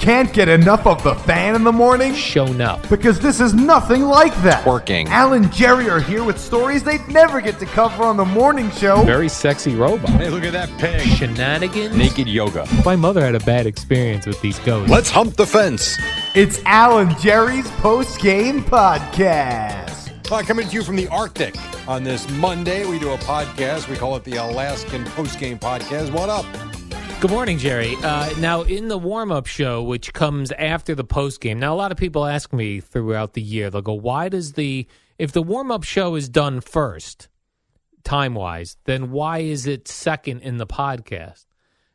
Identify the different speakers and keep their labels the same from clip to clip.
Speaker 1: Can't get enough of the fan in the morning?
Speaker 2: shown up.
Speaker 1: Because this is nothing like that.
Speaker 3: Working.
Speaker 1: Al and Jerry are here with stories they'd never get to cover on the morning show.
Speaker 2: Very sexy robot.
Speaker 3: Hey, look at that pig.
Speaker 2: Shenanigans.
Speaker 3: Naked yoga.
Speaker 2: My mother had a bad experience with these ghosts.
Speaker 3: Let's hump the fence.
Speaker 1: It's Al and Jerry's post game podcast.
Speaker 3: Hi, coming to you from the Arctic. On this Monday, we do a podcast. We call it the Alaskan Post Game Podcast. What up?
Speaker 2: Good morning, Jerry. Uh, now, in the warm up show, which comes after the post game, now a lot of people ask me throughout the year, they'll go, why does the, if the warm up show is done first, time wise, then why is it second in the podcast?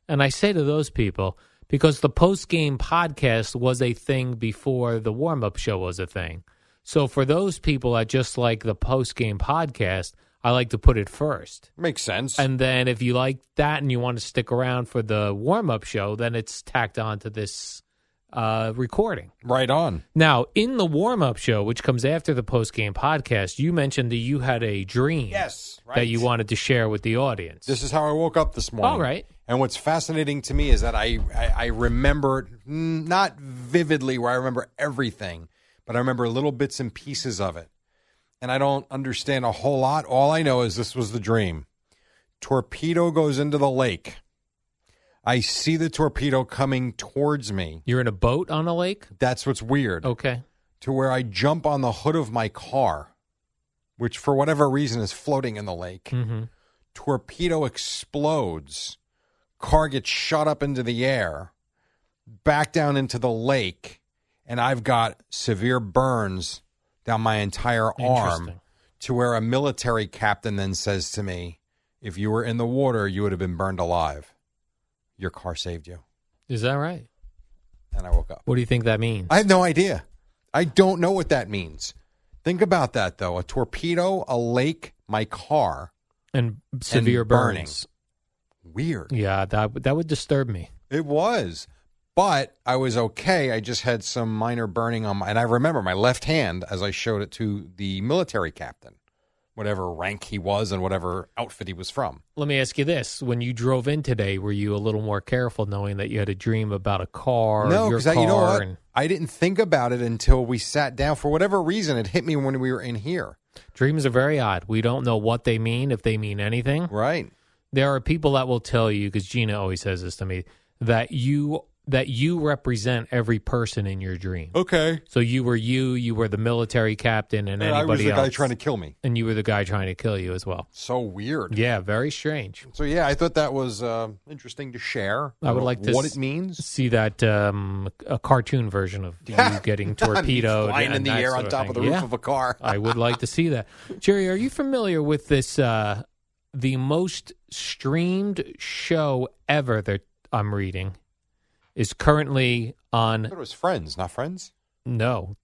Speaker 2: And I say to those people, because the post game podcast was a thing before the warm up show was a thing. So for those people that just like the post game podcast, I like to put it first.
Speaker 3: Makes sense.
Speaker 2: And then if you like that and you want to stick around for the warm up show, then it's tacked on to this uh, recording.
Speaker 3: right on.
Speaker 2: Now, in the warm up show, which comes after the post game podcast, you mentioned that you had a dream
Speaker 3: Yes, right.
Speaker 2: that you wanted to share with the audience.
Speaker 3: This is how I woke up this morning.
Speaker 2: All right.
Speaker 3: And what's fascinating to me is that I, I, I remember, mm, not vividly where I remember everything, but I remember little bits and pieces of it. And I don't understand a whole lot. All I know is this was the dream. Torpedo goes into the lake. I see the torpedo coming towards me.
Speaker 2: You're in a boat on a lake?
Speaker 3: That's what's weird.
Speaker 2: Okay.
Speaker 3: To where I jump on the hood of my car, which for whatever reason is floating in the lake
Speaker 2: hmm
Speaker 3: torpedo explodes, car gets shot up into the air, back down into the lake, and I've got severe burns down my entire arm
Speaker 2: Interesting.
Speaker 3: to where a military captain then says to me, If you were in the water, you would have been burned alive. Your car saved you.
Speaker 2: Is that right?
Speaker 3: And I woke up.
Speaker 2: What do you think that means?
Speaker 3: I have no idea. I don't know what that means. Think about that though. A torpedo, a lake, my car.
Speaker 2: and severe
Speaker 3: burning.
Speaker 2: burns.
Speaker 3: Weird.
Speaker 2: Yeah, that would- that would disturb me.
Speaker 3: It was, but I was okay. I just had some minor burning on my, and I remember my left hand as I showed it to the military captain, whatever rank he was and whatever outfit he was from.
Speaker 2: Let me ask you this: When you drove in today, were you a little more careful, knowing that you had a dream about a car?
Speaker 3: no,
Speaker 2: your
Speaker 3: I- you know
Speaker 2: car
Speaker 3: what?
Speaker 2: and-
Speaker 3: I didn't think about it until we sat down. For whatever reason, it hit me when we were in here.
Speaker 2: dreams are very odd. We don't know what they mean, if they mean anything.
Speaker 3: Right.
Speaker 2: There are people that will tell you, because Gina always says this to me, that you that you represent every person in your dream.
Speaker 3: Okay.
Speaker 2: So you were you, you were the military captain, and
Speaker 3: I
Speaker 2: anybody
Speaker 3: was the
Speaker 2: else,
Speaker 3: guy trying to kill me.
Speaker 2: and you were the guy trying to kill you as well.
Speaker 3: So weird.
Speaker 2: Yeah, very strange.
Speaker 3: So yeah, I thought that was uh, interesting to share.
Speaker 2: I would like to
Speaker 3: what
Speaker 2: s-
Speaker 3: it means.
Speaker 2: See that um, a cartoon version of you getting torpedoed,
Speaker 3: flying in
Speaker 2: and
Speaker 3: the
Speaker 2: that
Speaker 3: air
Speaker 2: sort
Speaker 3: on
Speaker 2: of
Speaker 3: top
Speaker 2: thing.
Speaker 3: of the roof
Speaker 2: Yeah. Uh,
Speaker 3: of a car.
Speaker 2: I would like to see that. Jerry, are you familiar with this? Uh, the most streamed show ever that I'm reading is currently
Speaker 3: I
Speaker 2: on.
Speaker 3: thought it was Friends, not Friends.
Speaker 2: No,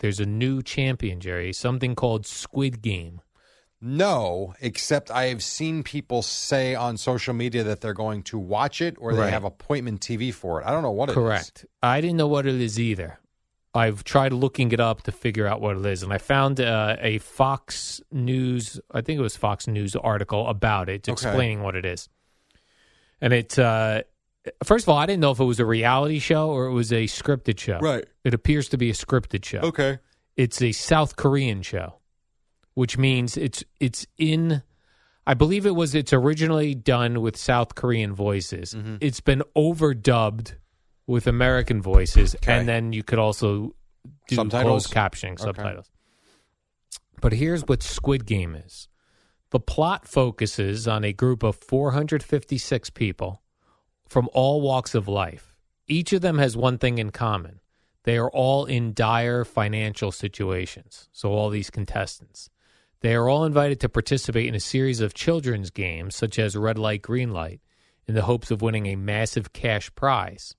Speaker 2: there's a new champion, Jerry. Something called Squid Game.
Speaker 3: No, except I have seen people say on social media that they're going to watch it or they
Speaker 2: Right.
Speaker 3: have appointment TV for it. I don't know what it is.
Speaker 2: Correct. I didn't know what it is either. I've tried looking it up to figure out what it is, and I found uh, a Fox News, I think it was Fox News article about it,
Speaker 3: Okay.
Speaker 2: explaining what it is. And it, uh, first of all, I didn't know if it was a reality show or it was a scripted show.
Speaker 3: Right.
Speaker 2: It appears to be a scripted show.
Speaker 3: Okay.
Speaker 2: It's a South Korean show, which means it's it's in. I believe it
Speaker 3: Mm-hmm.
Speaker 2: was it's originally done with South Korean voices. It's been overdubbed with American voices,
Speaker 3: Okay.
Speaker 2: and then you could also do
Speaker 3: Subtitles?
Speaker 2: closed captioning
Speaker 3: Okay.
Speaker 2: subtitles. But here's what Squid Game is: the plot focuses on a group of 456 people from all walks of life. Each of them has one thing in common. They are all in dire financial situations. So, all these contestants. They are all invited to participate in a series of children's games, such as Red Light, Green Light, in the hopes of winning a massive cash prize.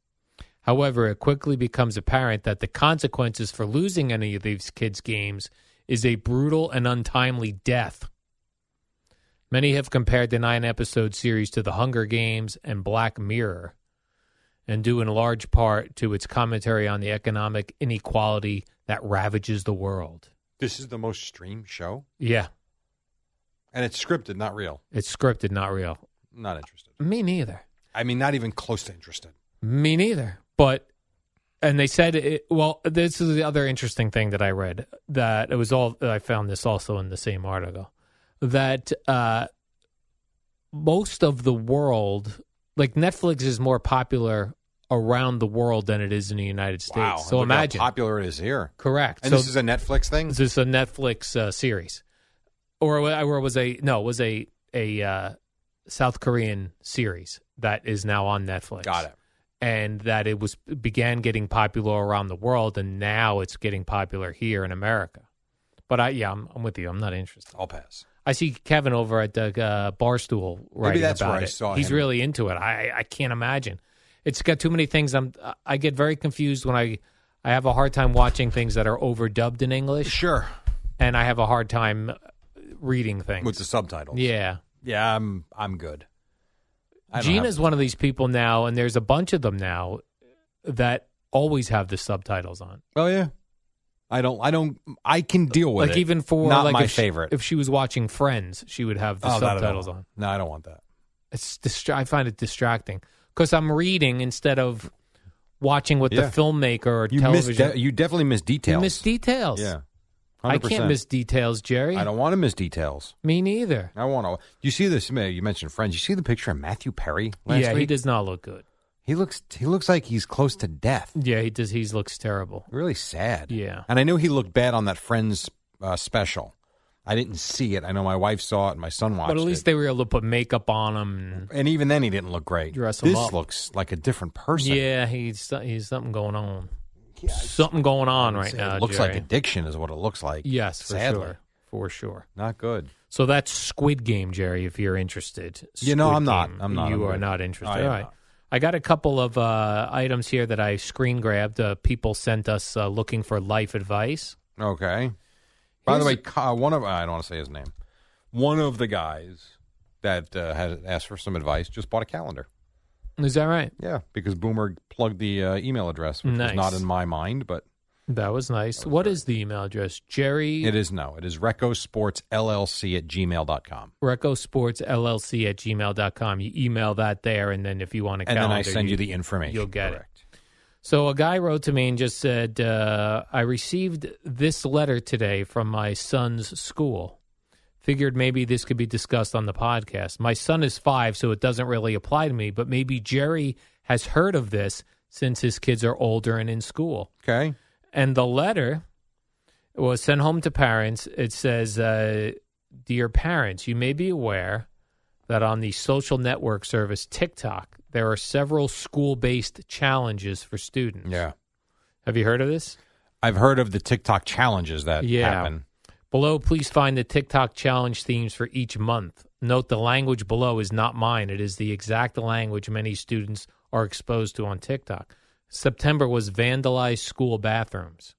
Speaker 2: However, it quickly becomes apparent that the consequences for losing any of these kids' games is a brutal and untimely death. Many have compared the nine episode series to The Hunger Games and Black Mirror, and due in large part to its commentary on the economic inequality that ravages the world.
Speaker 3: This is the most streamed show,
Speaker 2: Yeah,
Speaker 3: and it's scripted, not real.
Speaker 2: it's scripted, not real.
Speaker 3: Not interested.
Speaker 2: Me neither.
Speaker 3: I mean, not even close to interested.
Speaker 2: Me neither. But and they said, it, well, this is the other interesting thing that I read that it was all I found this also in the same article that uh, most of the world, like Netflix, is more popular around the world than it is in the United States.
Speaker 3: Wow.
Speaker 2: so
Speaker 3: look how
Speaker 2: imagine,
Speaker 3: popular it is here.
Speaker 2: correct?
Speaker 3: And
Speaker 2: so
Speaker 3: this is a Netflix thing.
Speaker 2: this is a Netflix uh, series, or wa- or was a no, it was a a uh, South Korean series that is now on Netflix
Speaker 3: Got it.
Speaker 2: and that it was began getting popular around the world, and now it's getting popular here in America. But I, yeah, I'm, I'm with you. I'm not interested.
Speaker 3: I'll pass.
Speaker 2: I see Kevin over at the uh, barstool writing
Speaker 3: that's
Speaker 2: about
Speaker 3: where I
Speaker 2: it.
Speaker 3: saw
Speaker 2: He's
Speaker 3: him.
Speaker 2: really into it. I, I can't imagine. It's got too many things. I'm I get very confused when I I have a hard time watching things that are overdubbed in English,
Speaker 3: Sure.
Speaker 2: and I have a hard time uh, reading things.
Speaker 3: With the subtitles.
Speaker 2: yeah,
Speaker 3: Yeah, I'm I'm good. I don't
Speaker 2: Gina's
Speaker 3: have-
Speaker 2: one of these people now, and there's a bunch of them now that always have the subtitles on.
Speaker 3: Oh yeah. I don't I don't I can deal with
Speaker 2: like
Speaker 3: it.
Speaker 2: even for
Speaker 3: not
Speaker 2: like
Speaker 3: my
Speaker 2: if she-
Speaker 3: favorite.
Speaker 2: if she was watching Friends, she would have the
Speaker 3: Oh, not at
Speaker 2: subtitles
Speaker 3: all.
Speaker 2: on.
Speaker 3: No, I don't want that.
Speaker 2: It's distra- I find it distracting because I'm reading instead of watching what the
Speaker 3: Yeah.
Speaker 2: filmmaker or
Speaker 3: You miss
Speaker 2: television.
Speaker 3: de- you definitely miss
Speaker 2: You
Speaker 3: details.
Speaker 2: miss details.
Speaker 3: Yeah.
Speaker 2: I can't
Speaker 3: 100%.
Speaker 2: miss details, Jerry.
Speaker 3: I don't want to miss details.
Speaker 2: Me neither.
Speaker 3: I want to. You see this? You mentioned friends. You see the picture of Matthew Perry last
Speaker 2: Yeah,
Speaker 3: week.
Speaker 2: he does not look good.
Speaker 3: He looks. He looks like he's close to death.
Speaker 2: Yeah, he does. He looks terrible.
Speaker 3: Really sad.
Speaker 2: Yeah.
Speaker 3: And I know he looked bad on that Friends uh, special. I didn't see it. I know my wife saw it and my son watched
Speaker 2: But at least
Speaker 3: it.
Speaker 2: they were able to put makeup on him.
Speaker 3: and even then, he didn't look great.
Speaker 2: Dress him
Speaker 3: this
Speaker 2: up.
Speaker 3: looks like a different person.
Speaker 2: Yeah, he's he's something going on. something going on right
Speaker 3: It
Speaker 2: now.
Speaker 3: looks like
Speaker 2: Jerry.
Speaker 3: addiction is what it looks like.
Speaker 2: Yes, for
Speaker 3: sadly.
Speaker 2: sure. For sure.
Speaker 3: Not good.
Speaker 2: So that's Squid Game, Jerry. If you're interested,
Speaker 3: You know,
Speaker 2: Squid
Speaker 3: I'm not.
Speaker 2: Game.
Speaker 3: I'm not.
Speaker 2: You
Speaker 3: I'm
Speaker 2: are
Speaker 3: good.
Speaker 2: not interested.
Speaker 3: I am
Speaker 2: All right.
Speaker 3: not.
Speaker 2: I got a couple of uh, items here that I screen grabbed. Uh, people sent us uh, looking for life advice.
Speaker 3: Okay. By the way,
Speaker 2: Here's-
Speaker 3: Ka- one of I don't want to say his name. One of the guys that uh, has asked for some advice just bought a calendar.
Speaker 2: Is that right?
Speaker 3: Yeah, because Boomer plugged the uh, email address, which
Speaker 2: Nice.
Speaker 3: was not in my mind, but
Speaker 2: That was nice. What is the email address? Jerry
Speaker 3: it is now. It is RecosportsLLC at gmail.com.
Speaker 2: Sports LLC at gmail.com. You email that there, and then if you want to,
Speaker 3: And then I send you, the information.
Speaker 2: you'll get it.
Speaker 3: Correct.
Speaker 2: So a guy wrote to me and just said, uh, I received this letter today from my son's school. Figured maybe this could be discussed on the podcast. My son is five, so it doesn't really apply to me, but maybe Jerry has heard of this since his kids are older and in school.
Speaker 3: Okay.
Speaker 2: And the letter was sent home to parents. It says, uh, Dear parents, you may be aware that on the social network service TikTok, there are several school based challenges for students.
Speaker 3: Yeah.
Speaker 2: Have you heard of this?
Speaker 3: I've heard of the TikTok challenges that
Speaker 2: Yeah.
Speaker 3: happen.
Speaker 2: Below, please find the TikTok challenge themes for each month. Note the language below is not mine, it is the exact language many students are exposed to on TikTok. September was vandalized school bathrooms.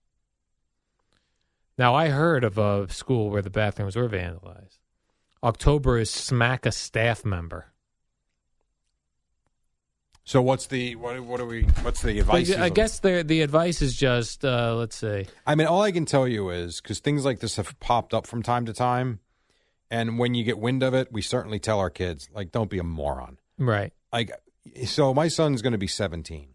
Speaker 2: Now, I heard of a school where the bathrooms were vandalized. October is smack a staff member.
Speaker 3: So what's the what, what are we what's the
Speaker 2: But
Speaker 3: advice?
Speaker 2: I guess the the advice is just uh, let's see.
Speaker 3: I mean, all I can tell you is because things like this have popped up from time to time, and when you get wind of it, we certainly tell our kids like, "Don't be a moron."
Speaker 2: Right.
Speaker 3: Like, so my son's going to be 17,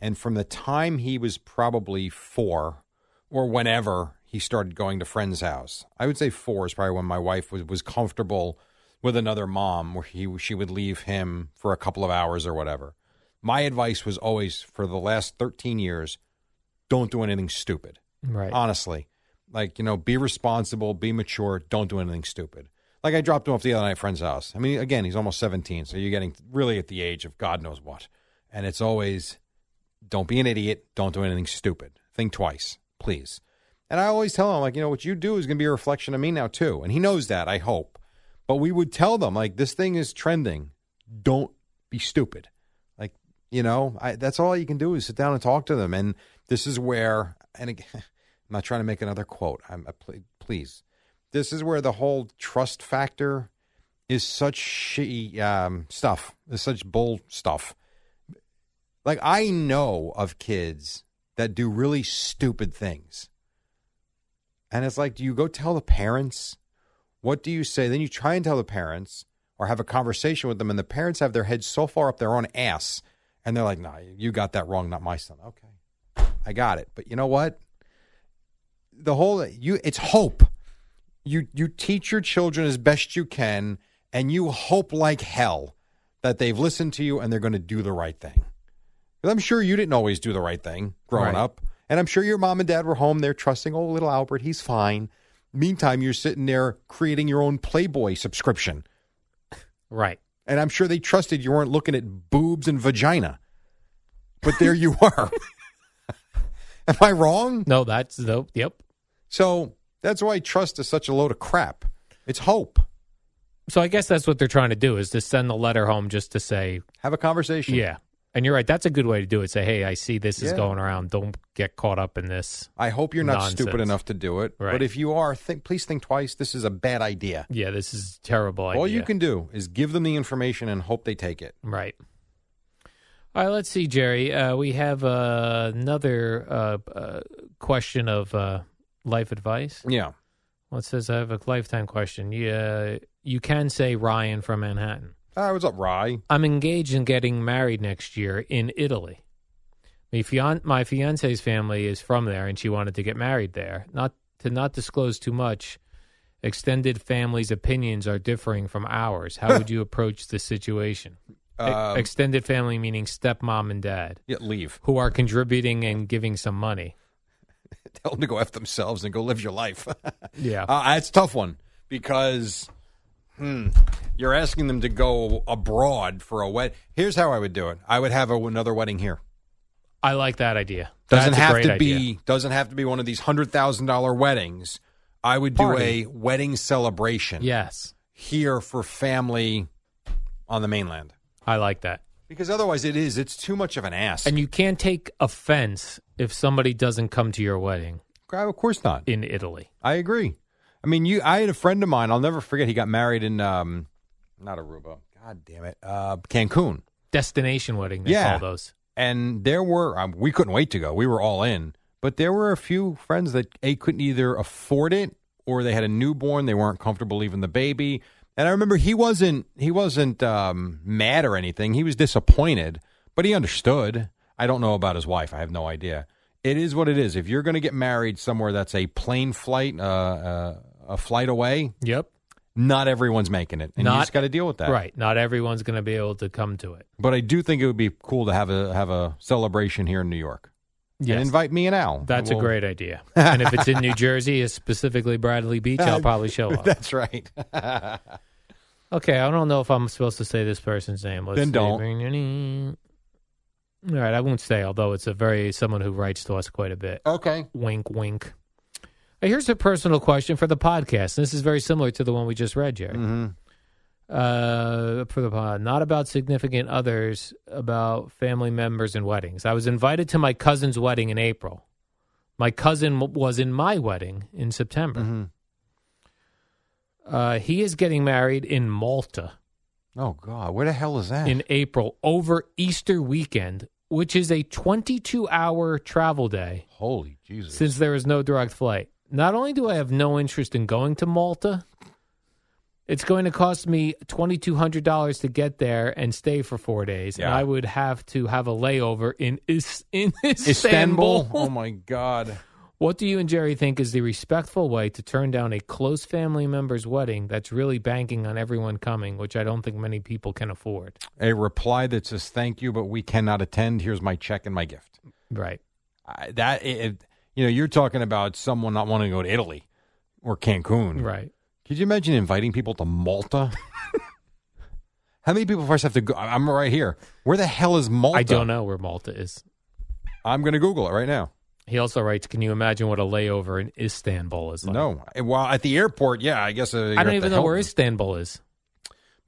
Speaker 3: and from the time he was probably four, or whenever he started going to friends' house, I would say four is probably when my wife was was comfortable with another mom, where he she would leave him for a couple of hours or whatever. My advice was always for the last 13 years don't do anything stupid.
Speaker 2: Right.
Speaker 3: Honestly, like, you know, be responsible, be mature, don't do anything stupid. Like, I dropped him off the other night at a friend's house. I mean, again, he's almost 17, so you're getting really at the age of God knows what. And it's always don't be an idiot, don't do anything stupid. Think twice, please. And I always tell him, like, you know, what you do is going to be a reflection of me now, too. And he knows that, I hope. But we would tell them, like, this thing is trending. Don't be stupid. Like, you know, I, that's all you can do is sit down and talk to them. And this is where, and again, I'm not trying to make another quote. I'm I, pl- please. This is where the whole trust factor is such shitty um, stuff. Is such bull stuff. Like I know of kids that do really stupid things, and it's like, do you go tell the parents? What do you say? Then you try and tell the parents or have a conversation with them, and the parents have their heads so far up their own ass, and they're like, "Nah, you got that wrong, not my son." Okay. I got it. But you know what? The whole you it's hope. You you teach your children as best you can and you hope like hell that they've listened to you and they're going to do the right thing. 'Cause I'm sure you didn't always do the right thing growing
Speaker 2: Right.
Speaker 3: up. And I'm sure your mom and dad were home there trusting, "Oh, little Albert, he's fine." Meantime, you're sitting there creating your own Playboy subscription.
Speaker 2: Right.
Speaker 3: And I'm sure they trusted you weren't looking at boobs and vagina. But there you are. Am I wrong?
Speaker 2: No, that's the yep.
Speaker 3: So that's why trust is such a load of crap. It's hope.
Speaker 2: So I guess that's what they're trying to do is to send the letter home just to say,
Speaker 3: Have a conversation.
Speaker 2: yeah. And you're right. That's a good way to do it. Say, hey, I see this is
Speaker 3: Yeah.
Speaker 2: going around. Don't get caught up in this.
Speaker 3: I hope you're not stupid
Speaker 2: Nonsense.
Speaker 3: enough to do it.
Speaker 2: Right.
Speaker 3: But if you are, think, please think twice. This is a bad idea.
Speaker 2: Yeah, this is a terrible idea.
Speaker 3: All you can do is give them the information and hope they take it.
Speaker 2: Right. All right, let's see, Jerry. Uh, we have uh, another uh, uh, question of uh, life advice.
Speaker 3: Yeah.
Speaker 2: Well, it says, I have a lifetime question. Yeah, you can say Ryan from Manhattan.
Speaker 3: Ah, what's up, Rye?
Speaker 2: I'm engaged in getting married next year in Italy. My, fian- my fiance's family is from there, and she wanted to get married there. Not to not disclose too much. Extended family's opinions are differing from ours. How would you approach the situation? E-
Speaker 3: Um,
Speaker 2: extended family meaning stepmom and dad,
Speaker 3: yeah, leave.
Speaker 2: who are contributing and giving some money.
Speaker 3: Tell them to go F themselves and go live your life.
Speaker 2: Yeah,
Speaker 3: Uh, it's a tough one because hmm, you're asking them to go abroad for a wedding. Here's how I would do it. I would have a, another wedding here.
Speaker 2: I like that idea.
Speaker 3: Doesn't
Speaker 2: That's a
Speaker 3: have
Speaker 2: great
Speaker 3: to
Speaker 2: idea.
Speaker 3: be doesn't have to be one of these hundred thousand dollar weddings. I would
Speaker 2: Party.
Speaker 3: do a wedding celebration
Speaker 2: Yes,
Speaker 3: here for family on the mainland
Speaker 2: I like that.
Speaker 3: because otherwise it is it's too much of an ask.
Speaker 2: And you can't take offense if somebody doesn't come to your wedding
Speaker 3: of course not.
Speaker 2: in Italy.
Speaker 3: I agree. I mean, you. I had a friend of mine. I'll never forget. He got married in um, not Aruba. God damn it, uh, Cancun.
Speaker 2: Destination wedding, they
Speaker 3: Yeah.
Speaker 2: call those.
Speaker 3: and there were um, we couldn't wait to go. We were all in, but there were a few friends that a couldn't either afford it or they had a newborn. They weren't comfortable leaving the baby. And I remember he wasn't he wasn't um, mad or anything. He was disappointed, but he understood. I don't know about his wife. I have no idea. It is what it is. If you're going to get married somewhere that's a plane flight, uh, uh, a flight away,
Speaker 2: Yep.
Speaker 3: not everyone's making it, and you
Speaker 2: Not-
Speaker 3: just got to deal with that.
Speaker 2: Right. Not everyone's going to be able to come to it.
Speaker 3: But I do think it would be cool to have a have a celebration here in New York.
Speaker 2: Yes.
Speaker 3: And invite me and Al.
Speaker 2: That's
Speaker 3: We'll-
Speaker 2: a great idea. and if it's in New Jersey, specifically Bradley Beach, I'll probably show up.
Speaker 3: That's right.
Speaker 2: Okay, I don't know if I'm supposed to say this person's name. Let's
Speaker 3: Then
Speaker 2: see.
Speaker 3: don't.
Speaker 2: All right, I won't say. Although it's a very someone who writes to us quite a bit.
Speaker 3: okay.
Speaker 2: Wink, wink. Uh, Here's a personal question for the podcast. This is very similar to the one we just read, Jerry. Uh, for the pod, not about significant others, about family members and weddings. I was invited to my cousin's wedding in April. My cousin w- was in my wedding in September. Uh, he is getting married in Malta
Speaker 3: Oh God, where the hell is that?
Speaker 2: in April over Easter weekend, which is a 22 hour travel day
Speaker 3: Holy Jesus!
Speaker 2: since there is no direct flight. Not only do I have no interest in going to Malta, it's going to cost me $2,200 to get there and stay for four days. And
Speaker 3: Yeah.
Speaker 2: I would have to have a layover in, Is- in Istanbul,
Speaker 3: oh my God!
Speaker 2: What do you and Jerry think is the respectful way to turn down a close family member's wedding that's really banking on everyone coming, which I don't think many people can afford?
Speaker 3: A reply that says thank you, but we cannot attend. Here's my check and my gift.
Speaker 2: Right.
Speaker 3: I, that it, it- you know, you're talking about someone not wanting to go to Italy or Cancun.
Speaker 2: Right.
Speaker 3: Could you imagine inviting people to Malta? How many people first have to go? I- I'm right here. Where the hell is Malta?
Speaker 2: I don't know where Malta is.
Speaker 3: I'm going to Google it right now.
Speaker 2: He also writes, "Can you imagine what a layover in Istanbul is like?"
Speaker 3: no. Eh, Well, at the airport, yeah, I guess. Uh,
Speaker 2: I don't even know where Istanbul is.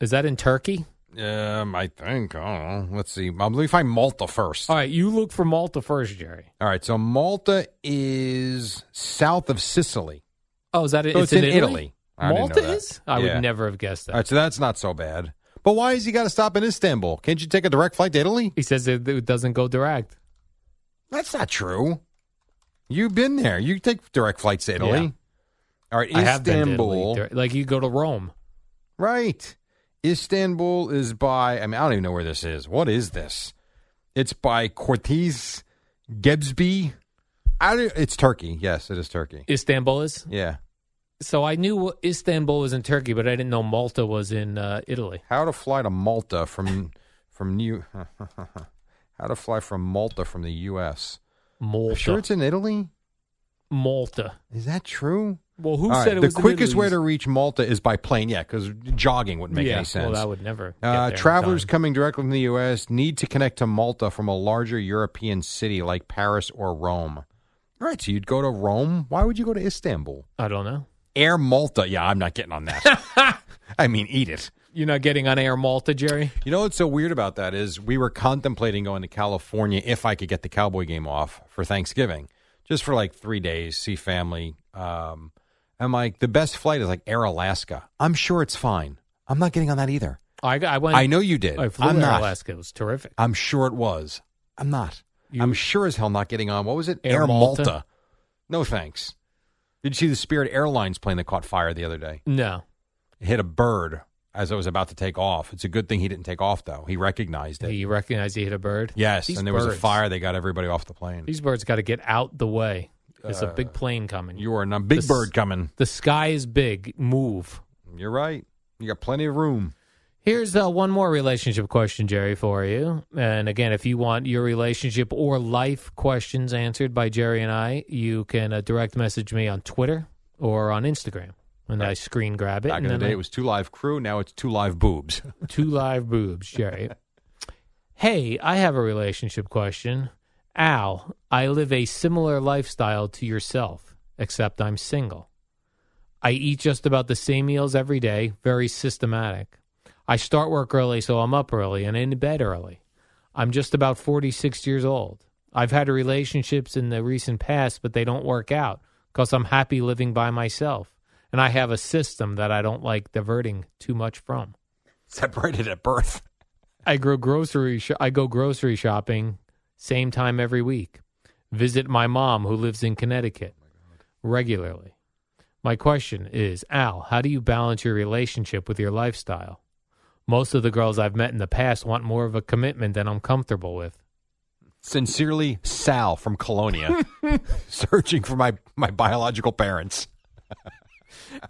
Speaker 2: Is that in Turkey?
Speaker 3: Um, I think. I don't know. Let's see. Um, let me find Malta first.
Speaker 2: All right, you look for Malta first, Jerry.
Speaker 3: All right. So Malta is south of Sicily.
Speaker 2: Oh, is that
Speaker 3: So it's in Italy. I didn't know
Speaker 2: Malta
Speaker 3: that.
Speaker 2: is? I
Speaker 3: Yeah.
Speaker 2: would never have guessed that.
Speaker 3: All right. So that's not so bad. But why has he got to stop in Istanbul? Can't you take a direct flight to Italy?
Speaker 2: He says it, it doesn't go direct.
Speaker 3: That's not true. You've been there. You take direct flights to Italy.
Speaker 2: Yeah.
Speaker 3: All right,
Speaker 2: I have been to Italy
Speaker 3: Istanbul.
Speaker 2: dir- Like you go to Rome.
Speaker 3: Right. Istanbul is by I mean I don't even know where this is. What is this? It's by Cortez Gebsby. I don't, it's Turkey. Yes, it is Turkey.
Speaker 2: Istanbul is.
Speaker 3: Yeah.
Speaker 2: So I knew Istanbul was in Turkey, but I didn't know Malta was in uh, Italy.
Speaker 3: How to fly to Malta from from New How to fly from Malta from the US.
Speaker 2: Malta.
Speaker 3: Sure it's in Italy?
Speaker 2: Malta.
Speaker 3: Is that true?
Speaker 2: Well, who
Speaker 3: All right,
Speaker 2: said it
Speaker 3: the
Speaker 2: was in
Speaker 3: quickest
Speaker 2: Italy?
Speaker 3: way to reach Malta is by plane, yeah, because jogging wouldn't make
Speaker 2: yeah,
Speaker 3: any sense.
Speaker 2: Well, that would never. get
Speaker 3: Uh,
Speaker 2: there in
Speaker 3: travelers
Speaker 2: time.
Speaker 3: coming directly from the U.S. need to connect to Malta from a larger European city like Paris or Rome. All right, so you'd go to Rome. Why would you go to Istanbul?
Speaker 2: I don't know.
Speaker 3: Air Malta. Yeah, I'm not getting on that. I mean, eat it.
Speaker 2: You're not getting on Air Malta, Jerry.
Speaker 3: You know what's so weird about that is we were contemplating going to California if I could get the Cowboy game off for Thanksgiving, just for like three days, see family. Um, I'm like, the best flight is like Air Alaska. I'm sure it's fine. I'm not getting on that either.
Speaker 2: I, I went.
Speaker 3: I know you did.
Speaker 2: I flew
Speaker 3: I'm
Speaker 2: to
Speaker 3: not.
Speaker 2: Alaska. It was terrific.
Speaker 3: I'm sure it was. I'm not.
Speaker 2: You-
Speaker 3: I'm sure as hell not getting on. What was it?
Speaker 2: Air Malta?
Speaker 3: No thanks. Did you see the Spirit Airlines plane that caught fire the other day?
Speaker 2: No.
Speaker 3: It hit a bird as it was about to take off. It's a good thing he didn't take off though. He recognized it.
Speaker 2: He recognized he hit a bird.
Speaker 3: yes,
Speaker 2: These
Speaker 3: and there was a
Speaker 2: birds-
Speaker 3: fire. They got everybody off the plane.
Speaker 2: These birds got to get out the way. There's a
Speaker 3: Uh,
Speaker 2: big plane coming.
Speaker 3: You are not big
Speaker 2: This-
Speaker 3: bird coming.
Speaker 2: the sky is big. Move.
Speaker 3: You're right. You got plenty of room.
Speaker 2: Here's uh, one more relationship question, Jerry, for you. And again, if you want your relationship or life questions answered by Jerry and I, you can uh, direct message me on Twitter or on Instagram. And I screen grab it.
Speaker 3: Back
Speaker 2: and
Speaker 3: in the
Speaker 2: then
Speaker 3: day,
Speaker 2: I-
Speaker 3: it was two live crew. Now it's two live boobs.
Speaker 2: two live boobs, Jerry. hey, I have a relationship question. Al, I live a similar lifestyle to yourself, except I'm single. I eat just about the same meals every day, very systematic. I start work early, so I'm up early and in bed early. I'm just about 46 years old. I've had relationships in the recent past, but they don't work out because I'm happy living by myself. And I have a system that I don't like diverting too much from.
Speaker 3: Separated at birth.
Speaker 2: I go grocery sho- I go grocery shopping same time every week. Visit my mom who lives in Connecticut regularly. My question is, Al, how do you balance your relationship with your lifestyle? Most of the girls I've met in the past want more of a commitment than I'm comfortable with.
Speaker 3: Sincerely, Sal from Colonia, searching for my, my biological parents.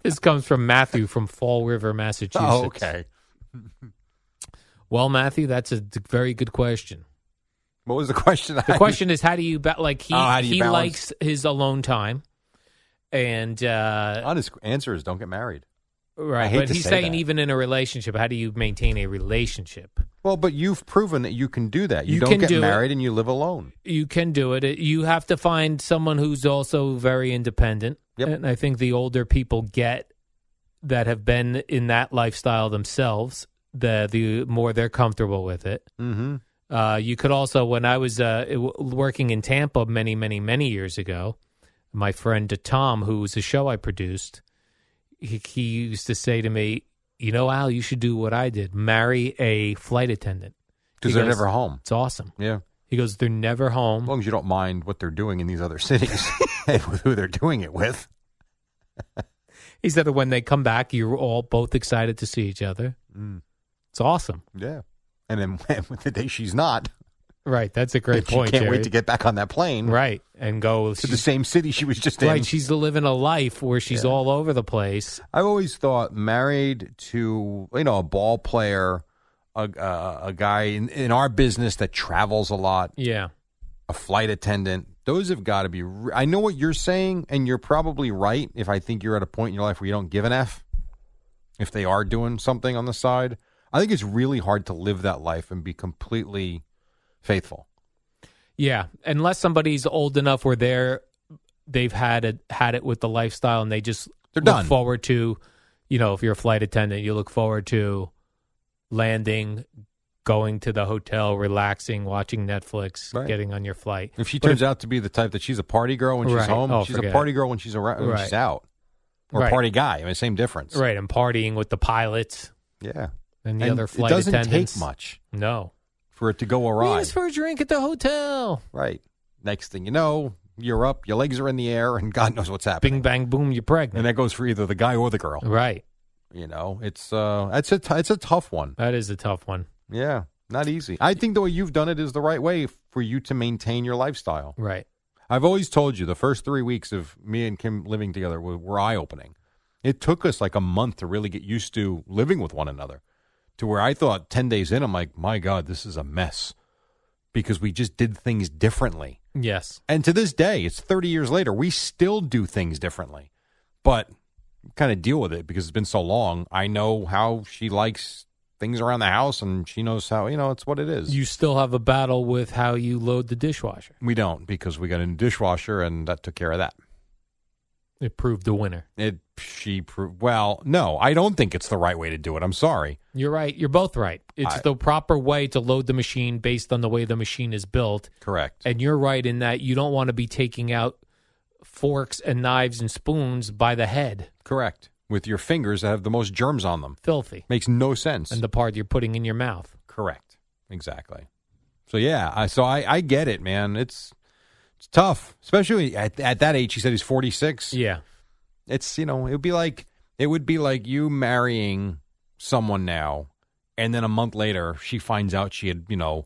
Speaker 2: This comes from Matthew from Fall River, Massachusetts.
Speaker 3: Oh, okay.
Speaker 2: Well, Matthew, that's a d- very good question.
Speaker 3: What was the question?
Speaker 2: The question is, how do you ba- like he
Speaker 3: Oh, how do you
Speaker 2: he
Speaker 3: balance?
Speaker 2: likes his alone time, and uh,
Speaker 3: honest answer is don't get married.
Speaker 2: Right,
Speaker 3: hate
Speaker 2: but
Speaker 3: to
Speaker 2: he's
Speaker 3: say
Speaker 2: saying
Speaker 3: that.
Speaker 2: even in a relationship, how do you maintain a relationship?
Speaker 3: Well, but you've proven that you can do that. You,
Speaker 2: You
Speaker 3: don't
Speaker 2: can
Speaker 3: get
Speaker 2: do it.
Speaker 3: married and you live alone.
Speaker 2: You can do it. It- You have to find someone who's also very independent.
Speaker 3: Yep.
Speaker 2: And I think the older people get that have been in that lifestyle themselves, the the more they're comfortable with it.
Speaker 3: Mm-hmm.
Speaker 2: Uh, you could also, when I was uh, w- working in Tampa many, many, many years ago, my friend Tom, who was a show I produced, he, he used to say to me, "You know, Al, you should do what I did: marry a flight attendant. He
Speaker 3: Because they're
Speaker 2: goes,
Speaker 3: never home.
Speaker 2: It's awesome."
Speaker 3: Yeah.
Speaker 2: He goes, "They're never
Speaker 3: As
Speaker 2: home."
Speaker 3: long as you don't mind what they're doing in these other cities and with who they're doing it with.
Speaker 2: He said that when they come back, you're all both excited
Speaker 3: Mm.
Speaker 2: to see each other. It's awesome.
Speaker 3: Yeah. And then when, the day she's not,
Speaker 2: Right. That's a great
Speaker 3: she
Speaker 2: point.
Speaker 3: can't
Speaker 2: Jerry.
Speaker 3: wait to get back on that plane
Speaker 2: right and go
Speaker 3: to the same city she was just in.
Speaker 2: Right, she's living a life where she's all over the place.
Speaker 3: I've always thought married to you know a ball player, a uh, a guy in, in our business that travels a lot,
Speaker 2: Yeah,
Speaker 3: a flight attendant. Those have got to be. re- I know what you're saying, and you're probably right. If I think you're at a point in your life where you don't give an f, if they are doing something on the side, I think it's really hard to live that life and be completely faithful.
Speaker 2: yeah. Unless somebody's old enough where they're they've had it had it with the lifestyle and they just
Speaker 3: They're
Speaker 2: look
Speaker 3: done.
Speaker 2: forward to, you know, if you're a flight attendant, you look forward to landing, going to the hotel, relaxing, watching Netflix,
Speaker 3: Right.
Speaker 2: getting on your flight.
Speaker 3: If she
Speaker 2: But
Speaker 3: turns out to be the type that she's a party girl when she's
Speaker 2: Right.
Speaker 3: home,
Speaker 2: Oh,
Speaker 3: she's a
Speaker 2: forget
Speaker 3: party
Speaker 2: it.
Speaker 3: girl when she's around, when she's
Speaker 2: Right.
Speaker 3: out, or a
Speaker 2: Right.
Speaker 3: party guy. I mean, same difference.
Speaker 2: right, and partying with the pilots
Speaker 3: Yeah.
Speaker 2: and the other flight
Speaker 3: it doesn't
Speaker 2: attendants.
Speaker 3: take much
Speaker 2: No,
Speaker 3: for it to go
Speaker 2: Meet
Speaker 3: awry.
Speaker 2: us for a drink at the hotel.
Speaker 3: right. Next thing you know, you're up, your legs are in the air, and God knows what's happening.
Speaker 2: Bing bang boom, you're
Speaker 3: And
Speaker 2: pregnant.
Speaker 3: that goes for either the guy or the girl.
Speaker 2: right,
Speaker 3: You know, it's uh, it's a t- it's a tough one.
Speaker 2: that is a tough one.
Speaker 3: Yeah, not easy. I think the way you've done it is the right way for you to maintain your lifestyle.
Speaker 2: Right.
Speaker 3: I've always told you the first three weeks of me and Kim living together were, were eye opening. It took us like a month to really get used to living with one another, to where I thought 10 days in, I'm like, my God, this is a mess because we just did things differently.
Speaker 2: Yes.
Speaker 3: And to this day, it's 30 years later, we still do things differently, but kind of deal with it because it's been so long. I know how she likes things around the house and she knows how, you know, it's what it is.
Speaker 2: You still have a battle with how you load the dishwasher.
Speaker 3: we don't because we got a new dishwasher and that took care of that.
Speaker 2: It proved the winner.
Speaker 3: It she pro- well no I don't think it's the right way to do it. I'm sorry.
Speaker 2: You're right. You're both right. It's
Speaker 3: I-
Speaker 2: the proper way to load the machine based on the way the machine is built.
Speaker 3: Correct.
Speaker 2: And you're right in that you don't want to be taking out forks and knives and spoons by the head.
Speaker 3: Correct. With your fingers that have the most germs on them
Speaker 2: Filthy.
Speaker 3: makes no sense.
Speaker 2: And the part you're putting in your mouth.
Speaker 3: Correct. Exactly. So yeah, I so I I get it, man. It's it's tough, especially at at that age. He said he's 46.
Speaker 2: Yeah.
Speaker 3: It's you know it would be like it would be like you marrying someone now, and then a month later she finds out she had you know,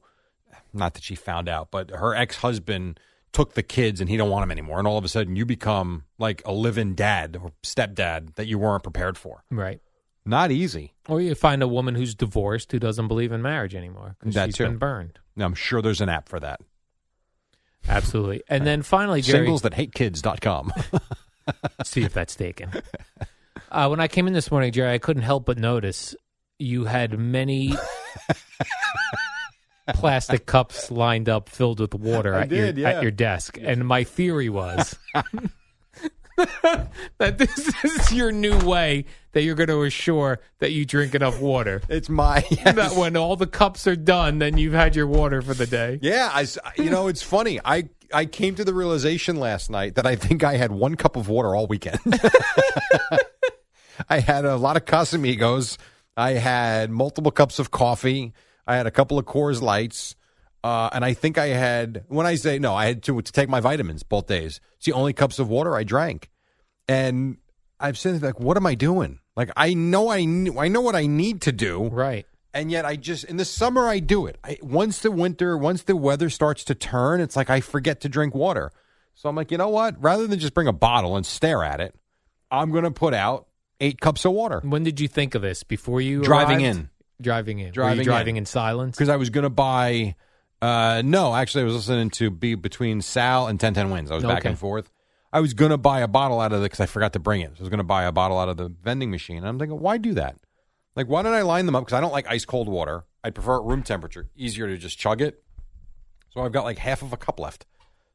Speaker 3: not that she found out, but her ex husband took the kids and he don't want them anymore, and all of a sudden you become like a live-in dad or stepdad that you weren't prepared for.
Speaker 2: Right.
Speaker 3: Not easy.
Speaker 2: Or you find a woman who's divorced who doesn't believe in marriage anymore because
Speaker 3: That
Speaker 2: she's
Speaker 3: too.
Speaker 2: been burned.
Speaker 3: Now, I'm sure there's an app for that.
Speaker 2: Absolutely. And then finally, Jerry,
Speaker 3: Singles that hate kids.com.
Speaker 2: See if that's taken. Uh, when I came in this morning, Jerry, I couldn't help but notice you had many plastic cups lined up filled with water
Speaker 3: I
Speaker 2: at,
Speaker 3: did,
Speaker 2: your,
Speaker 3: yeah.
Speaker 2: at your desk. And my theory was that this is your new way that you're going to assure that you drink enough water.
Speaker 3: It's my
Speaker 2: That when all the cups are done, then you've had your water for the day.
Speaker 3: Yeah, I s you know it's funny. I I came to the realization last night that I think I had one cup of water all weekend. I had a lot of Casamigos. I had multiple cups of coffee. I had a couple of Coors Lights. Uh, and I think I had, when I say no, I had to, to take my vitamins both days. It's the only cups of water I drank. And I've said, like, what am I doing? Like, I know I, kn- I know what I need to do
Speaker 2: Right.
Speaker 3: and yet I just in the summer I do it. I, once the winter, once the weather starts to turn, it's like I forget to drink water. So I'm like, you know what? Rather than just bring a bottle and stare at it, I'm going to put out eight cups of water
Speaker 2: When did you think of this? Before you
Speaker 3: Driving
Speaker 2: arrived?
Speaker 3: in.
Speaker 2: Driving in. Were you
Speaker 3: Driving in.
Speaker 2: driving in silence.
Speaker 3: because I was going to buy. Uh, no, actually, I was listening to be between Sal and Ten Ten Wins. I was back
Speaker 2: Okay.
Speaker 3: and forth. I was going to buy a bottle out of the because I forgot to bring it. So I was going to buy a bottle out of the vending machine. And I'm thinking, why do that? Like, why don't I line them up? Because I don't like ice cold water. I prefer it room temperature. Easier to just chug it. So I've got like half of a cup left.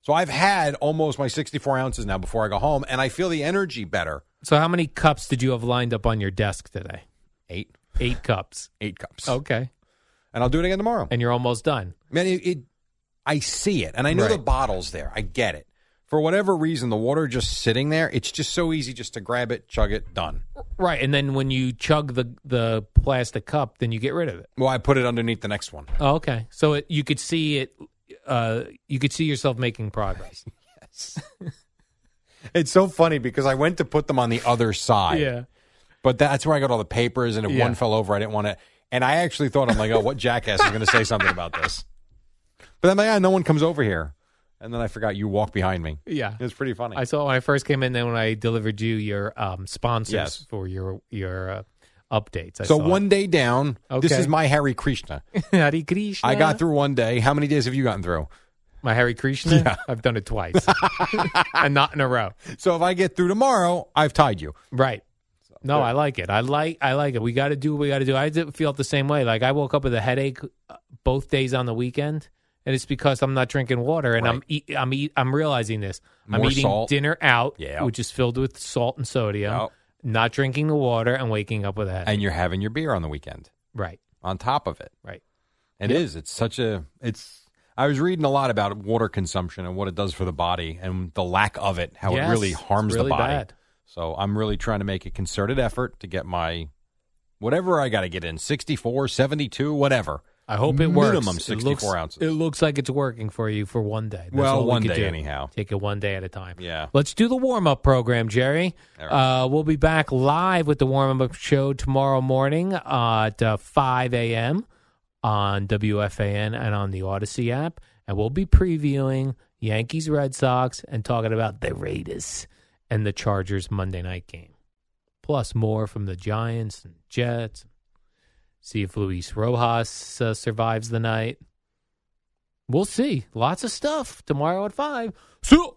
Speaker 3: So I've had almost my 64 ounces now before I go home, and I feel the energy better.
Speaker 2: So, how many cups did you have lined up on your desk today?
Speaker 3: Eight,
Speaker 2: Eight cups.
Speaker 3: eight cups.
Speaker 2: Okay.
Speaker 3: And I'll do it again tomorrow.
Speaker 2: And you're almost done.
Speaker 3: Man, it, it I see it, and I know the
Speaker 2: Right.
Speaker 3: bottle's there. I get it. For whatever reason, the water just sitting there, it's just so easy just to grab it, chug it, done.
Speaker 2: Right. And then when you chug the, the plastic cup, then you get rid of it.
Speaker 3: Well, I put it underneath the next one.
Speaker 2: Oh, okay. So it, you could see it. Uh, you could see yourself making progress.
Speaker 3: It's so funny because I went to put them on the other side. But that's where I got all the papers, and if
Speaker 2: Yeah.
Speaker 3: one fell over, I didn't want to. And I actually thought, I'm like, oh, what jackass is going to say something about this? But I'm like, ah, no one comes over here. And then I forgot you walk behind me.
Speaker 2: Yeah.
Speaker 3: It was pretty funny.
Speaker 2: I saw when I first came in, then when I delivered you your um, sponsors
Speaker 3: Yes.
Speaker 2: for your your uh, updates. I
Speaker 3: so
Speaker 2: saw
Speaker 3: one day down, this
Speaker 2: Okay.
Speaker 3: is my Harry Krishna.
Speaker 2: Hare Krishna.
Speaker 3: I got through one day. How many days have you gotten through?
Speaker 2: my Hare Krishna.
Speaker 3: Yeah.
Speaker 2: I've done it twice, and not in a row.
Speaker 3: So if I get through tomorrow, I've tied you.
Speaker 2: Right. No, I like it. I like I like it. We got to do what we got to do. I did feel the same way. Like I woke up with a headache uh, both days on the weekend, and it's because I'm not drinking water and I'm eat, I'm eat, I'm realizing this.
Speaker 3: More
Speaker 2: I'm eating
Speaker 3: salt.
Speaker 2: dinner out,
Speaker 3: Yeah.
Speaker 2: which is filled with salt and sodium.
Speaker 3: Yep.
Speaker 2: Not drinking the water and waking up with a headache.
Speaker 3: And you're having your beer on the weekend
Speaker 2: right.
Speaker 3: on top of it.
Speaker 2: Right.
Speaker 3: It is. It's such a. It's. I was reading a lot about water consumption and what it does for the body and the lack of it, how
Speaker 2: Yes,
Speaker 3: it really
Speaker 2: it's
Speaker 3: harms
Speaker 2: really
Speaker 3: the body.
Speaker 2: bad.
Speaker 3: So I'm really trying to make a concerted effort to get my whatever I got to get in 64, 72, whatever.
Speaker 2: I hope it works.
Speaker 3: Minimum
Speaker 2: it
Speaker 3: 64
Speaker 2: looks,
Speaker 3: ounces.
Speaker 2: It looks like it's working for you for one day. That's
Speaker 3: Well,
Speaker 2: all we
Speaker 3: one
Speaker 2: could
Speaker 3: day
Speaker 2: do.
Speaker 3: anyhow.
Speaker 2: Take it one day at a time.
Speaker 3: Yeah.
Speaker 2: Let's do the warm up program, Jerry.
Speaker 3: All
Speaker 2: Uh, we'll be back live with the warm up show tomorrow morning at uh, 5 a.m. on WFAN and on the Odyssey app. And we'll be previewing Yankees Red Sox and talking about the Raiders and the Chargers Monday night game. Plus, more from the Giants and Jets. See if Luis Rojas uh, survives the night. We'll see. Lots of stuff tomorrow at 5. So.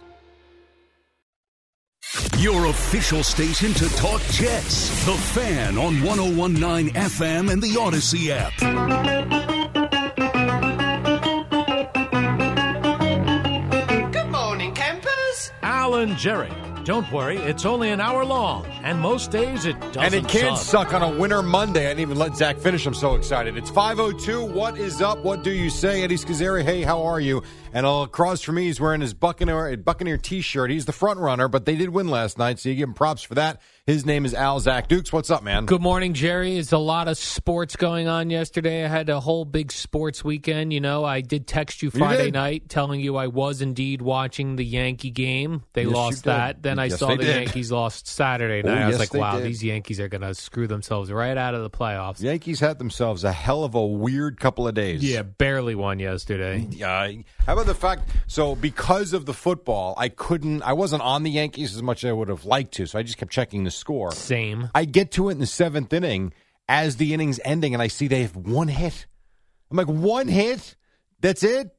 Speaker 4: Your official station to talk Jets. The Fan on 1019 FM and the Odyssey app.
Speaker 5: Alan Jerry. Don't worry, it's only an hour long, and most days it doesn't.
Speaker 3: and it can't
Speaker 5: suck.
Speaker 3: suck on a winter Monday. I didn't even let Zach finish. I'm so excited. It's 502. What is up? What do you say? Eddie Scazzeri, hey, how are you? And across from me, he's wearing his Buccaneer Buccaneer t-shirt. He's the front runner, but they did win last night, so you give him props for that. His name is Al Zach Dukes. What's up, man?
Speaker 2: Good morning, Jerry. It's a lot of sports going on yesterday. I had a whole big sports weekend. You know, I did text you Friday
Speaker 3: did.
Speaker 2: night telling you I was indeed watching the Yankee game. They
Speaker 3: Yes, you
Speaker 2: lost
Speaker 3: did.
Speaker 2: that. Then I
Speaker 3: Yes,
Speaker 2: saw
Speaker 3: they
Speaker 2: the
Speaker 3: did.
Speaker 2: Yankees lost Saturday
Speaker 3: Oh,
Speaker 2: night. I was
Speaker 3: yes,
Speaker 2: like,
Speaker 3: they
Speaker 2: wow,
Speaker 3: did.
Speaker 2: these Yankees are going to screw themselves right out of the playoffs.
Speaker 3: Yankees had themselves a hell of a weird couple of days.
Speaker 2: Yeah, barely won yesterday.
Speaker 3: Yeah. How about the fact? So because of the football, I couldn't. I wasn't on the Yankees as much as I would have liked to. So I just kept checking the score.
Speaker 2: Same.
Speaker 3: I get to it in the seventh inning as the inning's ending, and I see they have one hit. I'm like, one hit? That's it?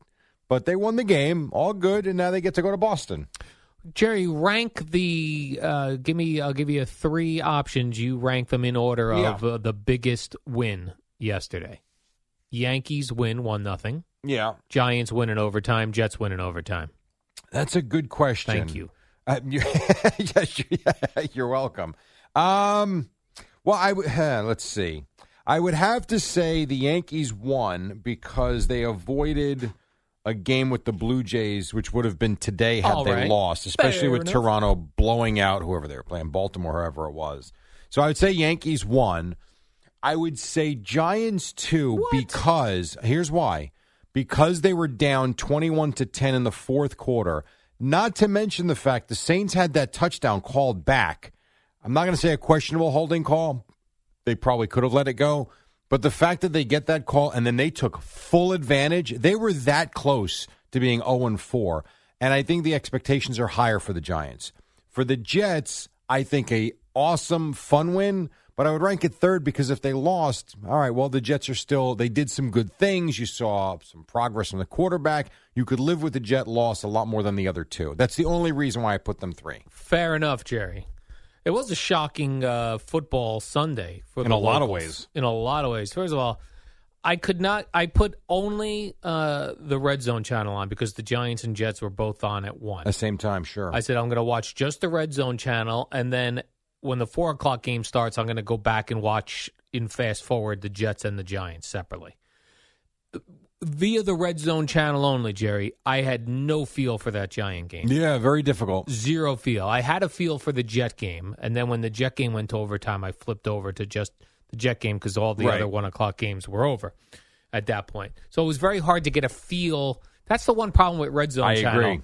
Speaker 3: But they won the game, all good, and now they get to go to Boston.
Speaker 2: Jerry, rank the. Uh, give me. I'll give you three options. You rank them in order of
Speaker 3: Yeah.
Speaker 2: uh, the biggest win yesterday. Yankees win one nothing.
Speaker 3: Yeah,
Speaker 2: Giants win in overtime. Jets win in overtime.
Speaker 3: that's a good question.
Speaker 2: Thank you.
Speaker 3: Uh, you- yes, you- you're welcome. Um, well, I would. let's see. I would have to say the Yankees won because they avoided a game with the Blue Jays, which would have been today had
Speaker 2: All
Speaker 3: they
Speaker 2: right.
Speaker 3: lost, especially
Speaker 2: Fair
Speaker 3: with
Speaker 2: enough.
Speaker 3: Toronto blowing out whoever they were playing, Baltimore, whoever it was. So I would say Yankees won. I would say Giants too because here's why. Because they were down 21 to 10 in the fourth quarter. Not to mention the fact the Saints had that touchdown called back. I'm not going to say a questionable holding call. They probably could have let it go, but the fact that they get that call and then they took full advantage, they were that close to being 0 and 4, and I think the expectations are higher for the Giants. For the Jets, I think a awesome fun win, but I would rank it third because if they lost, all right, well the Jets are still they did some good things. You saw some progress from the quarterback. You could live with the Jet loss a lot more than the other two. That's the only reason why I put them 3.
Speaker 2: Fair enough, Jerry. It was a shocking uh, football Sunday for
Speaker 3: In
Speaker 2: the
Speaker 3: a lot of
Speaker 2: locals.
Speaker 3: ways.
Speaker 2: In a lot of ways. First of all, I could not. I put only uh, the Red Zone channel on because the Giants and Jets were both on at
Speaker 3: At
Speaker 2: once.
Speaker 3: the same time, sure.
Speaker 2: I said I'm going to watch just the red zone channel, and then when the four o'clock game starts, I'm going to go back and watch in fast forward the Jets and the Giants separately. via the red zone channel only, Jerry, I had no feel for that Giant game.
Speaker 3: Yeah, very difficult.
Speaker 2: Zero feel. I had a feel for the Jet game, and then when the Jet game went to overtime, I flipped over to just the Jet game because all the
Speaker 3: Right.
Speaker 2: other one o'clock games were over at that point. So it was very hard to get a feel. That's the one problem with red zone
Speaker 3: I
Speaker 2: channel.
Speaker 3: agree.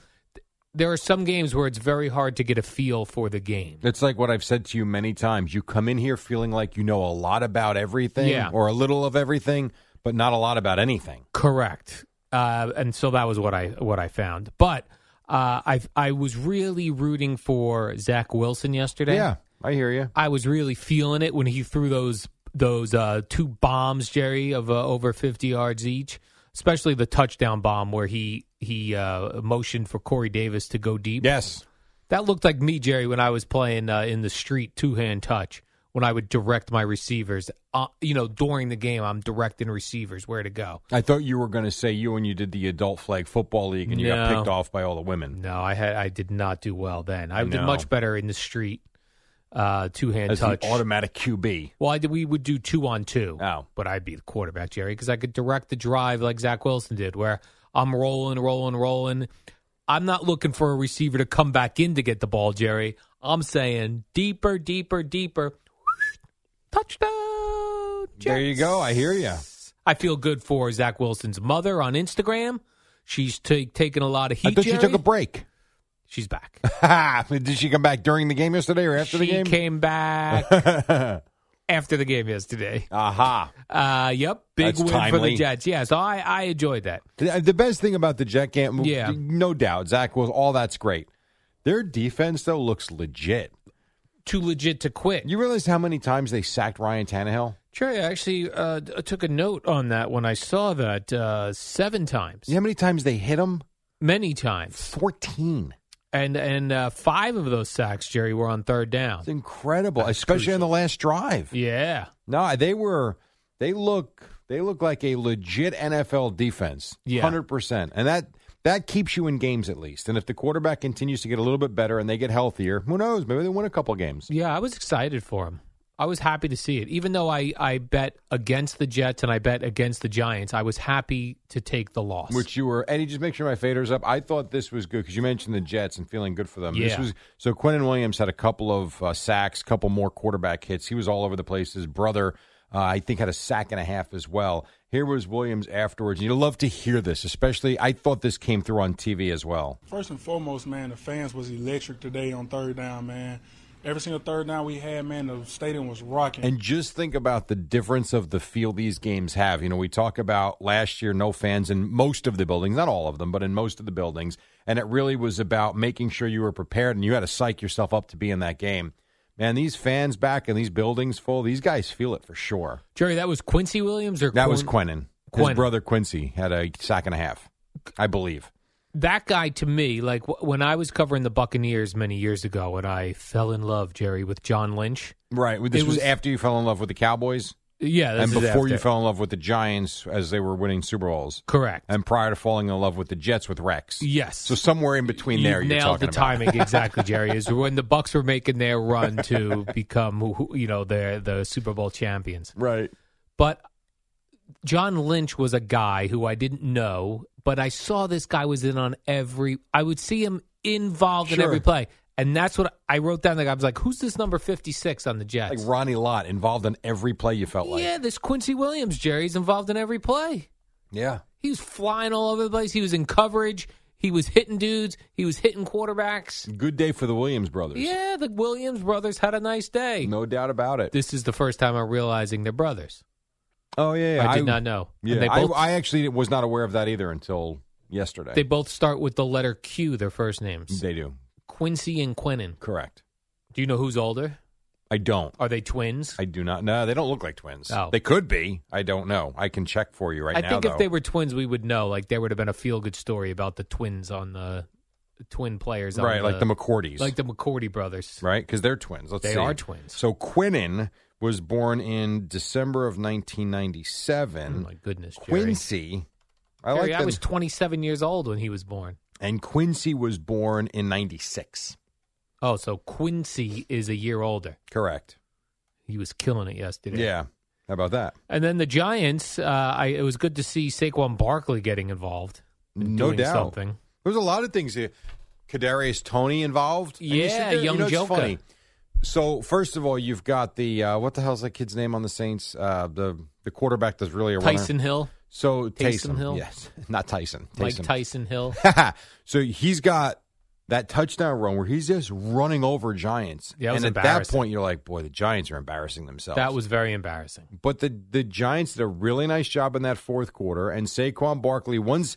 Speaker 2: There are some games where it's very hard to get a feel for the game.
Speaker 3: It's like what I've said to you many times. You come in here feeling like you know a lot about everything
Speaker 2: Yeah.
Speaker 3: or a little of everything, but not a lot about anything.
Speaker 2: Correct. Uh, and so that was what I what I found. But uh, I I was really rooting for Zach Wilson yesterday.
Speaker 3: Yeah, I hear you.
Speaker 2: I was really feeling it when he threw those those uh, two bombs, Jerry, of uh, over fifty yards each. Especially the touchdown bomb where he he uh, motioned for Corey Davis to go deep.
Speaker 3: Yes.
Speaker 2: That looked like me, Jerry, when I was playing uh, in the street two hand touch. When I would direct my receivers, uh, you know, during the game, I'm directing receivers where to go.
Speaker 3: I thought you were going to say you when you did the adult flag football league and you got
Speaker 2: No.
Speaker 3: picked off by all the women.
Speaker 2: No, I had I did not do well then. I did
Speaker 3: No.
Speaker 2: much better in the street, uh, two hand
Speaker 3: As
Speaker 2: touch.
Speaker 3: the automatic QB.
Speaker 2: well, I did, we would do two on two.
Speaker 3: Oh.
Speaker 2: but I'd be the quarterback, Jerry, because I could direct the drive like Zach Wilson did, where I'm rolling, rolling, rolling. I'm not looking for a receiver to come back in to get the ball, Jerry. I'm saying deeper, deeper, deeper. Touchdown!
Speaker 3: There you go. I hear you.
Speaker 2: I feel good for Zach Wilson's mother on Instagram. She's ta taking a lot of heat.
Speaker 3: I thought you took
Speaker 2: Jerry.
Speaker 3: a break.
Speaker 2: She's back.
Speaker 3: Did she come back during the game yesterday or after
Speaker 2: she
Speaker 3: the game?
Speaker 2: came back after the game yesterday.
Speaker 3: Aha.
Speaker 2: Uh, yep, big
Speaker 3: That's
Speaker 2: win for the
Speaker 3: timely.
Speaker 2: Jets. Yeah, so I, I enjoyed that.
Speaker 3: The the best thing about the Jet game,
Speaker 2: Yeah.
Speaker 3: no doubt, Zach was all that's great. Their defense though looks legit.
Speaker 2: Too legit to quit.
Speaker 3: You realize how many times they sacked Ryan Tannehill?
Speaker 2: Jerry, I actually uh, d- took a note on that when I saw that uh, seven times,
Speaker 3: You know how many times they hit him?
Speaker 2: many times,
Speaker 3: Fourteen.
Speaker 2: and and uh, five of those sacks, Jerry, were on third down.
Speaker 3: It's incredible, especially on the last drive.
Speaker 2: Yeah,
Speaker 3: No, they were. They look. They look like a legit NFL defense.
Speaker 2: Yeah.
Speaker 3: hundred percent. And that that keeps you in games at least. And if the quarterback continues to get a little bit better and they get healthier, who knows? Maybe they win a couple games.
Speaker 2: yeah, I was excited for him. I was happy to see it, even though I, I bet against the Jets and I bet against the Giants. I was happy to take the loss.
Speaker 3: Which you were, Eddie. Just make sure my fader's up. I thought this was good because you mentioned the Jets and feeling good for them. This
Speaker 2: Yeah.
Speaker 3: was so. Quentin Williams had a couple of uh, sacks, couple more quarterback hits. He was all over the place. His brother, uh, I think, had a sack and a half as well. Here was Williams afterwards. You'd love to hear this, especially. I thought this came through on TV as well.
Speaker 6: First and foremost, man, the fans was electric today on third down, man. Every single third down we had, man, the stadium was rocking.
Speaker 3: And just think about the difference of the feel these games have. You know, we talk about last year, no fans in most of the buildings, not all of them, but in most of the buildings. And it really was about making sure you were prepared and you had to psych yourself up to be in that game. Man, these fans back in these buildings full, these guys feel it for sure.
Speaker 2: Jerry, that was Quincy Williams or
Speaker 3: That was
Speaker 2: Quin-
Speaker 3: Quentin.
Speaker 2: Quentin.
Speaker 3: His brother Quincy had a sack and a half, I believe.
Speaker 2: that guy to me, like w- when I was covering the Buccaneers many years ago, and I fell in love, Jerry, with John Lynch.
Speaker 3: Right. This
Speaker 2: It
Speaker 3: was,
Speaker 2: was-
Speaker 3: after you fell in love with the Cowboys
Speaker 2: Yeah, this
Speaker 3: and
Speaker 2: is
Speaker 3: before you
Speaker 2: after.
Speaker 3: fell in love with the Giants as they were winning Super Bowls.
Speaker 2: correct.
Speaker 3: And prior to falling in love with the Jets with Rex.
Speaker 2: yes,
Speaker 3: So somewhere in between
Speaker 2: you
Speaker 3: there,
Speaker 2: nailed
Speaker 3: you're talking
Speaker 2: the
Speaker 3: about.
Speaker 2: timing exactly, Jerry. Is when the Bucks were making their run to become, who- who- you know, the the Super Bowl champions.
Speaker 3: Right.
Speaker 2: But John Lynch was a guy who I didn't know, but I saw this guy was in on every. I would see him involved in
Speaker 3: Sure.
Speaker 2: every play, and that's what I wrote down. Like I was like, "Who's this number fifty six on the Jets?"
Speaker 3: Like Ronnie Lott involved in every play you felt like.
Speaker 2: yeah, this Quincy Williams, Jerry's involved in every play.
Speaker 3: Yeah.
Speaker 2: He was flying all over the place. He was in coverage. He was hitting dudes. He was hitting quarterbacks.
Speaker 3: Good day for the Williams brothers.
Speaker 2: Yeah, the Williams brothers had a nice day.
Speaker 3: No doubt about it.
Speaker 2: This is the first time I'm realizing they're brothers.
Speaker 3: oh, yeah. yeah.
Speaker 2: I did not know. And
Speaker 3: Yeah.
Speaker 2: they
Speaker 3: I,
Speaker 2: both,
Speaker 3: I actually was not aware of that either until yesterday.
Speaker 2: they both start with the letter Q, their first names.
Speaker 3: They do.
Speaker 2: Quincy and Quinnen.
Speaker 3: Correct.
Speaker 2: Do you know who's older?
Speaker 3: I don't.
Speaker 2: Are they twins?
Speaker 3: I do not. No, they don't look like twins.
Speaker 2: Oh.
Speaker 3: They could be. I don't know. I can check for you right
Speaker 2: I
Speaker 3: now.
Speaker 2: think
Speaker 3: though.
Speaker 2: if they were twins, we would know. Like there would have been a feel good story about the twins on the twin players, on
Speaker 3: Right, like the McCourties.
Speaker 2: like the McCourty brothers.
Speaker 3: right? Because they're twins. Let's
Speaker 2: They
Speaker 3: see.
Speaker 2: are twins.
Speaker 3: So Quinnen was born in December of 1997.
Speaker 2: Oh my goodness, Jerry.
Speaker 3: Quincy. I
Speaker 2: Jerry,
Speaker 3: like
Speaker 2: I
Speaker 3: that-
Speaker 2: was 27 years old when he was born.
Speaker 3: and Quincy was born in 96.
Speaker 2: Oh, so Quincy is a year older.
Speaker 3: Correct.
Speaker 2: He was killing it yesterday.
Speaker 3: Yeah. How about that?
Speaker 2: And then the Giants, uh, I, it was good to see Saquon Barkley getting involved. and
Speaker 3: No
Speaker 2: doing
Speaker 3: doubt.
Speaker 2: Something.
Speaker 3: There's a lot of things here. Kadarius Tony involved. And you
Speaker 2: Yeah,
Speaker 3: sit there- you
Speaker 2: young
Speaker 3: know, it's
Speaker 2: Joker.
Speaker 3: funny. So first of all, you've got the uh, what the hell's that kid's name on the Saints? Uh, the the quarterback that's really a runner.
Speaker 2: Tyson Hill,
Speaker 3: So
Speaker 2: Taysom
Speaker 3: Taysom,
Speaker 2: Hill?
Speaker 3: yes, not Tyson.
Speaker 2: Mike
Speaker 3: Taysom. Ah,
Speaker 2: Tyson Hill.
Speaker 3: so he's got that touchdown run where he's just running over Giants.
Speaker 2: Yeah, it was
Speaker 3: and at that
Speaker 2: embarrassing.
Speaker 3: point, you're like, boy, the Giants are embarrassing themselves.
Speaker 2: That was very embarrassing.
Speaker 3: But the the Giants did a really nice job in that fourth quarter, and Saquon Barkley once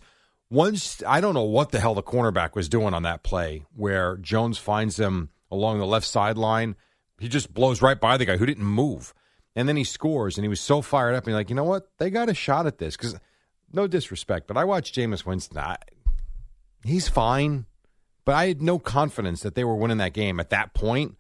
Speaker 3: once I don't know what the hell the cornerback was doing on that play where Jones finds him along the left sideline. He just blows right by the guy who didn't move, and then he scores, and he was so fired up. And you're like, you know what? They got a shot at this because no disrespect, but I watched Jameis Winston. I, he's fine, but I had no confidence that they were winning that game at that point.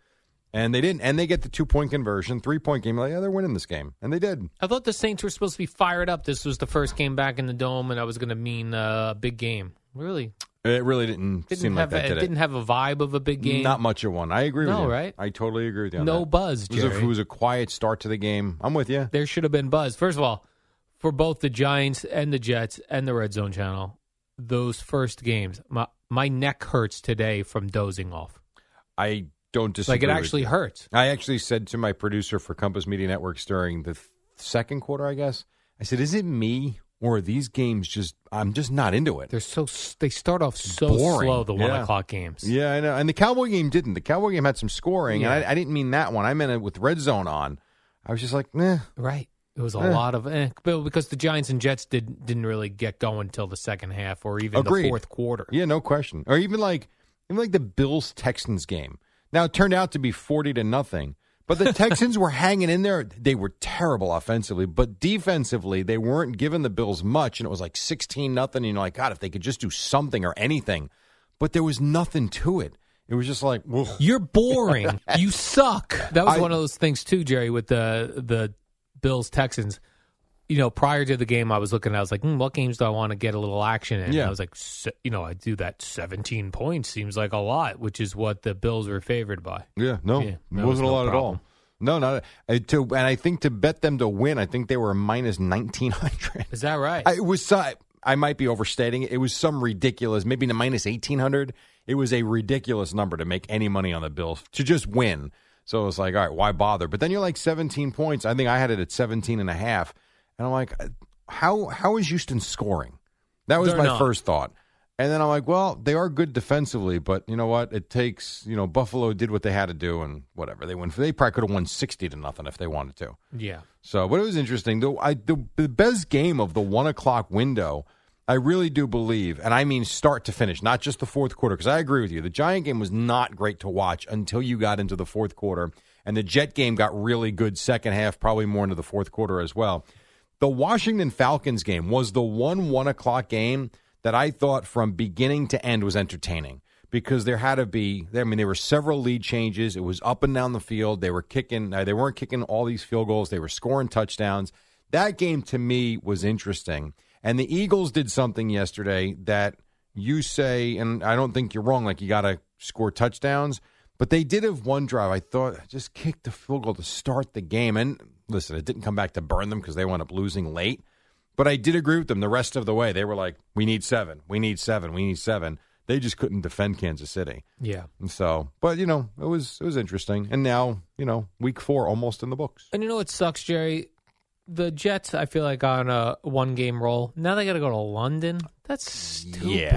Speaker 3: And they didn't. And they get the two point conversion, three point game. Like, yeah, they're winning this game. And they did.
Speaker 2: I thought the Saints were supposed to be fired up. This was the first game back in the dome, and I was going to mean uh, a big game. Really
Speaker 3: It really didn't,
Speaker 2: didn't
Speaker 3: seem like
Speaker 2: have
Speaker 3: that,
Speaker 2: a,
Speaker 3: did it?
Speaker 2: didn't have a vibe of a big game.
Speaker 3: Not much of one. I agree with
Speaker 2: No,
Speaker 3: you.
Speaker 2: right?
Speaker 3: I totally agree with you. On
Speaker 2: No
Speaker 3: that.
Speaker 2: buzz,
Speaker 3: It was, a,
Speaker 2: Jerry.
Speaker 3: it was a quiet start to the game. I'm with you.
Speaker 2: there should have been buzz. First of all, for both the Giants and the Jets and the Red Zone Channel, those first games, my my neck hurts today from dozing off.
Speaker 3: I don't disagree.
Speaker 2: Like it
Speaker 3: with
Speaker 2: actually
Speaker 3: you.
Speaker 2: hurts.
Speaker 3: I actually said to my producer for Compass Media Networks during the th- second quarter, I guess. I said, "Is it me or are these games just? I'm just not into it."
Speaker 2: They're so s- they start off so
Speaker 3: Boring.
Speaker 2: slow the one
Speaker 3: Yeah.
Speaker 2: o'clock games.
Speaker 3: Yeah, I know. And the Cowboy game didn't. The Cowboy game had some scoring, and
Speaker 2: Yeah.
Speaker 3: I, I didn't mean that one. I meant it with red zone on. I was just like, "Nah."
Speaker 2: Right. It was a
Speaker 3: Eh.
Speaker 2: lot of eh, but because the Giants and Jets did didn't really get going until the second half or even
Speaker 3: Agreed.
Speaker 2: the fourth quarter.
Speaker 3: Yeah, no question. Or even like even like the Bills Texans game. Now it turned out to be forty to nothing. But the Texans were hanging in there. They were terrible offensively, but defensively they weren't giving the Bills much, and it was like sixteen nothing. And you're like, God, if they could just do something or anything, but there was nothing to it. It was just like, ugh.
Speaker 2: You're boring. you suck. That was
Speaker 3: I-
Speaker 2: one of those things too, Jerry, with the the Bills Texans. You know, prior to the game, I was looking. I was like, hmm, what games do I want to get a little action in?
Speaker 3: Yeah.
Speaker 2: And I was like, se- you know, I do that. Seventeen points seems like a lot, which is what the Bills were favored by.
Speaker 3: yeah, no,
Speaker 2: Yeah,
Speaker 3: it
Speaker 2: that
Speaker 3: wasn't
Speaker 2: was
Speaker 3: a
Speaker 2: no
Speaker 3: lot at
Speaker 2: problem.
Speaker 3: all. No, not uh, to. And I think to bet them to win, I think they were minus nineteen hundred.
Speaker 2: Is that right?
Speaker 3: I, it was. so- I might be overstating it. It was some ridiculous, maybe the minus eighteen hundred. It was a ridiculous number to make any money on the Bills to just win. So it was like, all right, why bother? But then you're like seventeen points. I think I had it at 17 and a half. and I'm like, how how is Houston scoring? That was
Speaker 2: They're
Speaker 3: my
Speaker 2: not.
Speaker 3: first thought. And then I'm like, well, they are good defensively, but you know what? It takes you know Buffalo did what they had to do, and whatever they win. They probably could have won sixty to nothing if they wanted to.
Speaker 2: yeah.
Speaker 3: So, but it was interesting. The, I, the, the best game of the one o'clock window, I really do believe, and I mean start to finish, not just the fourth quarter, because I agree with you. The Giant game was not great to watch until you got into the fourth quarter, and the Jet game got really good second half, probably more into the fourth quarter as well. The Washington Falcons game was the one one o'clock game that I thought from beginning to end was entertaining because there had to be. I mean, there were several lead changes. It was up and down the field. They were kicking. Uh, they weren't kicking all these field goals. They were scoring touchdowns. That game to me was interesting. And the Eagles did something yesterday that you say, and I don't think you're wrong. Like you got to score touchdowns, but they did have one drive. I thought just kick the field goal to start the game. And listen, it didn't come back to burn them because they wound up losing late. But I did agree with them the rest of the way. They were like, "We need seven. We need seven. We need seven. They just couldn't defend Kansas City.
Speaker 2: Yeah.
Speaker 3: And so, but you know, it was it was interesting. And now, you know, week four almost in the books.
Speaker 2: And you know what sucks, Jerry? The Jets, I feel like, are on a one game roll. Now they got to go to London. That's stupid.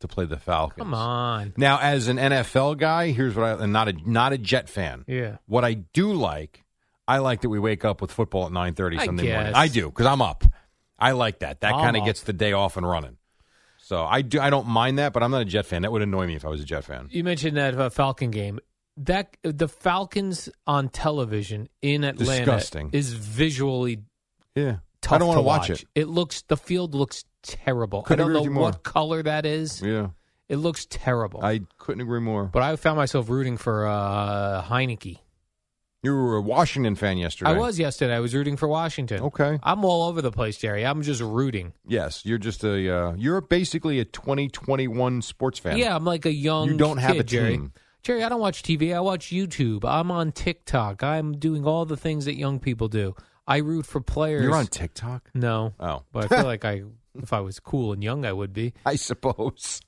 Speaker 3: to play the Falcons.
Speaker 2: Come on.
Speaker 3: Now, as an NFL guy, here's what I and not a not a Jet fan.
Speaker 2: Yeah.
Speaker 3: What I do like, I like that we wake up with football at nine thirty
Speaker 2: I
Speaker 3: Sunday morning.
Speaker 2: guess.
Speaker 3: I do because I'm up. I like that. That
Speaker 2: I'm
Speaker 3: kind of
Speaker 2: up.
Speaker 3: gets the day off and running. So I do. I don't mind that, but I'm not a Jet fan. That would annoy me if I was a Jet fan.
Speaker 2: You mentioned that uh, Falcon game. That the Falcons on television in Atlanta
Speaker 3: Disgusting.
Speaker 2: is visually
Speaker 3: Yeah.
Speaker 2: tough.
Speaker 3: I don't
Speaker 2: want to
Speaker 3: watch, it.
Speaker 2: It looks the field looks terrible. I
Speaker 3: Couldn't
Speaker 2: don't
Speaker 3: agree
Speaker 2: know
Speaker 3: with you more.
Speaker 2: what color that is.
Speaker 3: Yeah.
Speaker 2: It looks terrible.
Speaker 3: I couldn't agree more.
Speaker 2: but I found myself rooting for uh, Heineke.
Speaker 3: You were a Washington fan yesterday.
Speaker 2: I was yesterday. I was rooting for Washington.
Speaker 3: Okay.
Speaker 2: I'm all over the place, Jerry. I'm just rooting.
Speaker 3: Yes, you're just a uh, you're basically a 2021 sports fan.
Speaker 2: Yeah, I'm like a young.
Speaker 3: You don't have
Speaker 2: kid,
Speaker 3: a
Speaker 2: Jerry.
Speaker 3: team.
Speaker 2: Jerry, I don't watch TV. I watch YouTube. I'm on TikTok. I'm doing all the things that young people do. I root for players.
Speaker 3: You're on TikTok?
Speaker 2: No.
Speaker 3: Oh.
Speaker 2: But I feel like I, if I was cool and young, I would be.
Speaker 3: I suppose.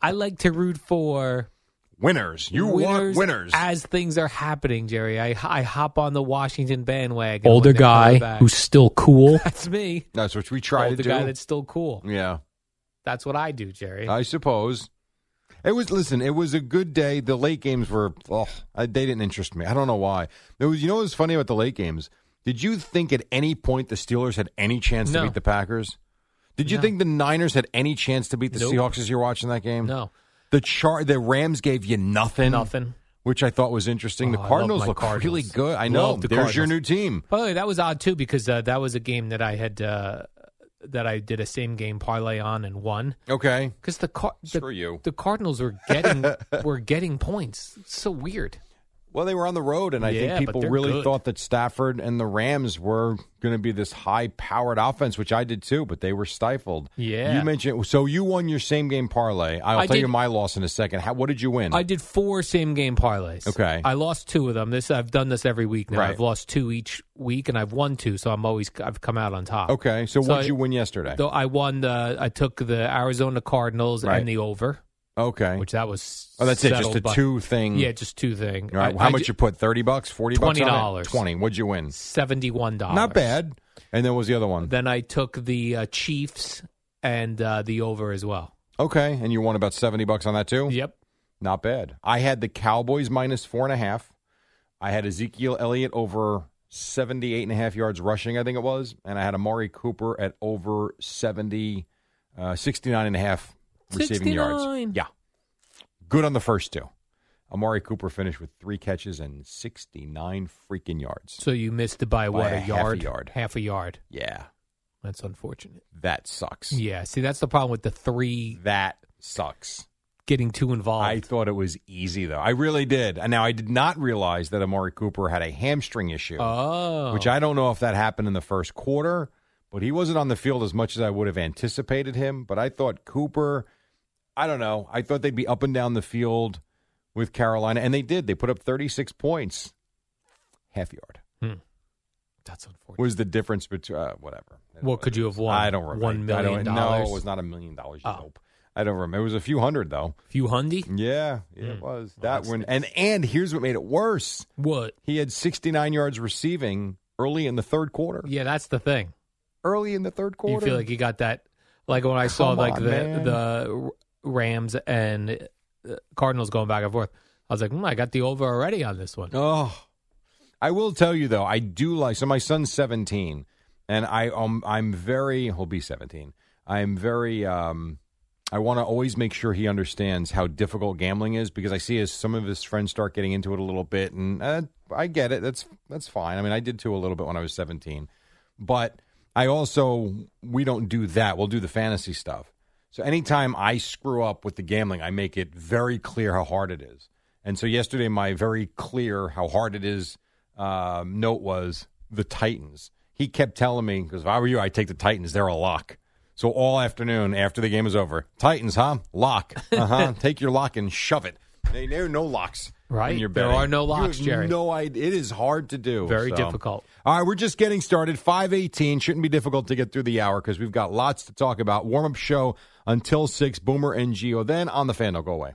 Speaker 2: I like to root for
Speaker 3: Winners. You want winners.
Speaker 2: as things are happening, Jerry. I, I hop on the Washington bandwagon. when
Speaker 7: Older
Speaker 2: they're coming
Speaker 7: guy
Speaker 2: back.
Speaker 7: who's still cool.
Speaker 2: that's me.
Speaker 3: That's what we try
Speaker 2: Older
Speaker 3: to do.
Speaker 2: guy that's still cool.
Speaker 3: yeah.
Speaker 2: That's what I do, Jerry.
Speaker 3: I suppose. It was listen. It was a good day. The late games were. Oh, they didn't interest me. I don't know why. It was. You know what was funny about the late games? Did you think at any point the Steelers had any chance
Speaker 2: No.
Speaker 3: to beat the Packers? Did you
Speaker 2: No.
Speaker 3: think the Niners had any chance to beat the
Speaker 2: Nope.
Speaker 3: Seahawks as you're watching that game?
Speaker 2: no,
Speaker 3: The char the Rams gave you nothing.
Speaker 2: nothing.
Speaker 3: Which I thought was interesting.
Speaker 2: Oh, I
Speaker 3: the
Speaker 2: love
Speaker 3: Cardinals
Speaker 2: my
Speaker 3: look
Speaker 2: Cardinals.
Speaker 3: really good. I
Speaker 2: Love
Speaker 3: know.
Speaker 2: the
Speaker 3: There's your
Speaker 2: Cardinals.
Speaker 3: new team.
Speaker 2: By the way, that was odd too because uh, that was a game that I had uh, that I did a same game parlay on and won
Speaker 3: Okay.
Speaker 2: because the, Car-
Speaker 3: Screw
Speaker 2: the
Speaker 3: you.
Speaker 2: the Cardinals were getting were getting points. It's so weird.
Speaker 3: Well, they were on the road, and I
Speaker 2: Yeah, but
Speaker 3: think people
Speaker 2: they're
Speaker 3: really
Speaker 2: good.
Speaker 3: thought that Stafford and the Rams were going to be this high-powered offense, which I did too, but they were stifled.
Speaker 2: Yeah.
Speaker 3: you mentioned so you won your same-game parlay. I'll
Speaker 2: I
Speaker 3: tell
Speaker 2: did-
Speaker 3: you my loss in a second. How, what did you win?
Speaker 2: I did four same game parlays.
Speaker 3: Okay.
Speaker 2: I lost two of them. This I've done this every week now.
Speaker 3: Right.
Speaker 2: I've lost two each week, and I've won two, so I'm always I've come out on top.
Speaker 3: okay, so,
Speaker 2: So
Speaker 3: what
Speaker 2: I-
Speaker 3: did you win yesterday?
Speaker 2: Though I won the I took the Arizona Cardinals
Speaker 3: Right.
Speaker 2: and the over,
Speaker 3: okay,
Speaker 2: which that was
Speaker 3: oh, that's it. Just
Speaker 2: settled
Speaker 3: a
Speaker 2: by-
Speaker 3: two thing.
Speaker 2: Yeah, just two thing.
Speaker 3: All right,
Speaker 2: I-
Speaker 3: how
Speaker 2: I
Speaker 3: much
Speaker 2: ju-
Speaker 3: you put? Thirty bucks, forty bucks, on
Speaker 2: $20.
Speaker 3: it? twenty. What'd you win?
Speaker 2: Seventy-one dollars.
Speaker 3: Not bad. And then what was the other one?
Speaker 2: Then I took the uh, Chiefs and uh, the over as well.
Speaker 3: okay, and you won about seventy bucks on that too.
Speaker 2: Yep.
Speaker 3: Not bad. I had the Cowboys minus four and a half. I had Ezekiel Elliott over 78 and a half yards rushing, I think it was. And I had Amari Cooper at over 70, uh, 69 and a half receiving
Speaker 2: 69.
Speaker 3: yards. Yeah. Good on the first two. Amari Cooper finished with three catches and 69 freaking yards.
Speaker 2: So you missed it by what
Speaker 3: By a
Speaker 2: a
Speaker 3: half a
Speaker 2: yard,
Speaker 3: yard.
Speaker 2: half a yard.
Speaker 3: Yeah.
Speaker 2: That's unfortunate.
Speaker 3: That sucks.
Speaker 2: Yeah. See, that's the problem with the three
Speaker 3: That sucks.
Speaker 2: getting too involved.
Speaker 3: I thought it was easy, though. I really did. And now I did not realize that Amari Cooper had a hamstring issue.
Speaker 2: oh,
Speaker 3: which I don't know if that happened in the first quarter, but he wasn't on the field as much as I would have anticipated him. But I thought Cooper, I don't know, I thought they'd be up and down the field with Carolina, and they did. They put up 36 points. Half yard
Speaker 2: that's unfortunate.
Speaker 3: was the difference between uh, whatever.
Speaker 2: What could you have won?
Speaker 3: I don't remember.
Speaker 2: One
Speaker 3: I don't-
Speaker 2: million dollars?
Speaker 3: No, it was not a million dollars.
Speaker 2: Oh.
Speaker 3: Nope. I don't remember. It was a few hundred though.
Speaker 2: Few hundy.
Speaker 3: Yeah, yeah, it was
Speaker 2: Hmm.
Speaker 3: that
Speaker 2: that's
Speaker 3: one. And and here's what made it worse:
Speaker 2: What?
Speaker 3: he had 69 yards receiving early in the third quarter.
Speaker 2: Yeah, that's the thing.
Speaker 3: Early in the third quarter,
Speaker 2: You feel like you got that. Like when I saw
Speaker 3: Come
Speaker 2: like
Speaker 3: on,
Speaker 2: the
Speaker 3: man.
Speaker 2: the Rams and uh, Cardinals going back and forth. I was like, hmm, I got the over already on this one.
Speaker 3: Oh, I will tell you though, I do like. So my son's seventeen, and I um I'm very he'll be seventeen. I'm very um I want to always make sure he understands how difficult gambling is because I see as some of his friends start getting into it a little bit, and uh, I get it. That's that's fine. I mean, I did too a little bit when I was seventeen, but I also we don't do that. We'll do the fantasy stuff. So anytime I screw up with the gambling, I make it very clear how hard it is. And so yesterday, my very clear how hard it is um, note was the Titans. He kept telling me because if I were you, I'd take the Titans. They're a lock. So all afternoon after the game is over, Titans, huh? Lock. Uh huh. take your lock and shove it. They, there are no locks.
Speaker 2: Right.
Speaker 3: When you're
Speaker 2: There
Speaker 3: betting.
Speaker 2: are no locks,
Speaker 3: you have
Speaker 2: Jerry.
Speaker 3: No idea. It is hard to do.
Speaker 2: Very
Speaker 3: so.
Speaker 2: difficult.
Speaker 3: All right, we're just getting started. 518. Shouldn't be difficult to get through the hour because we've got lots to talk about. Warm up show until 6. Boomer and Geo. Then on the fan, don't go away.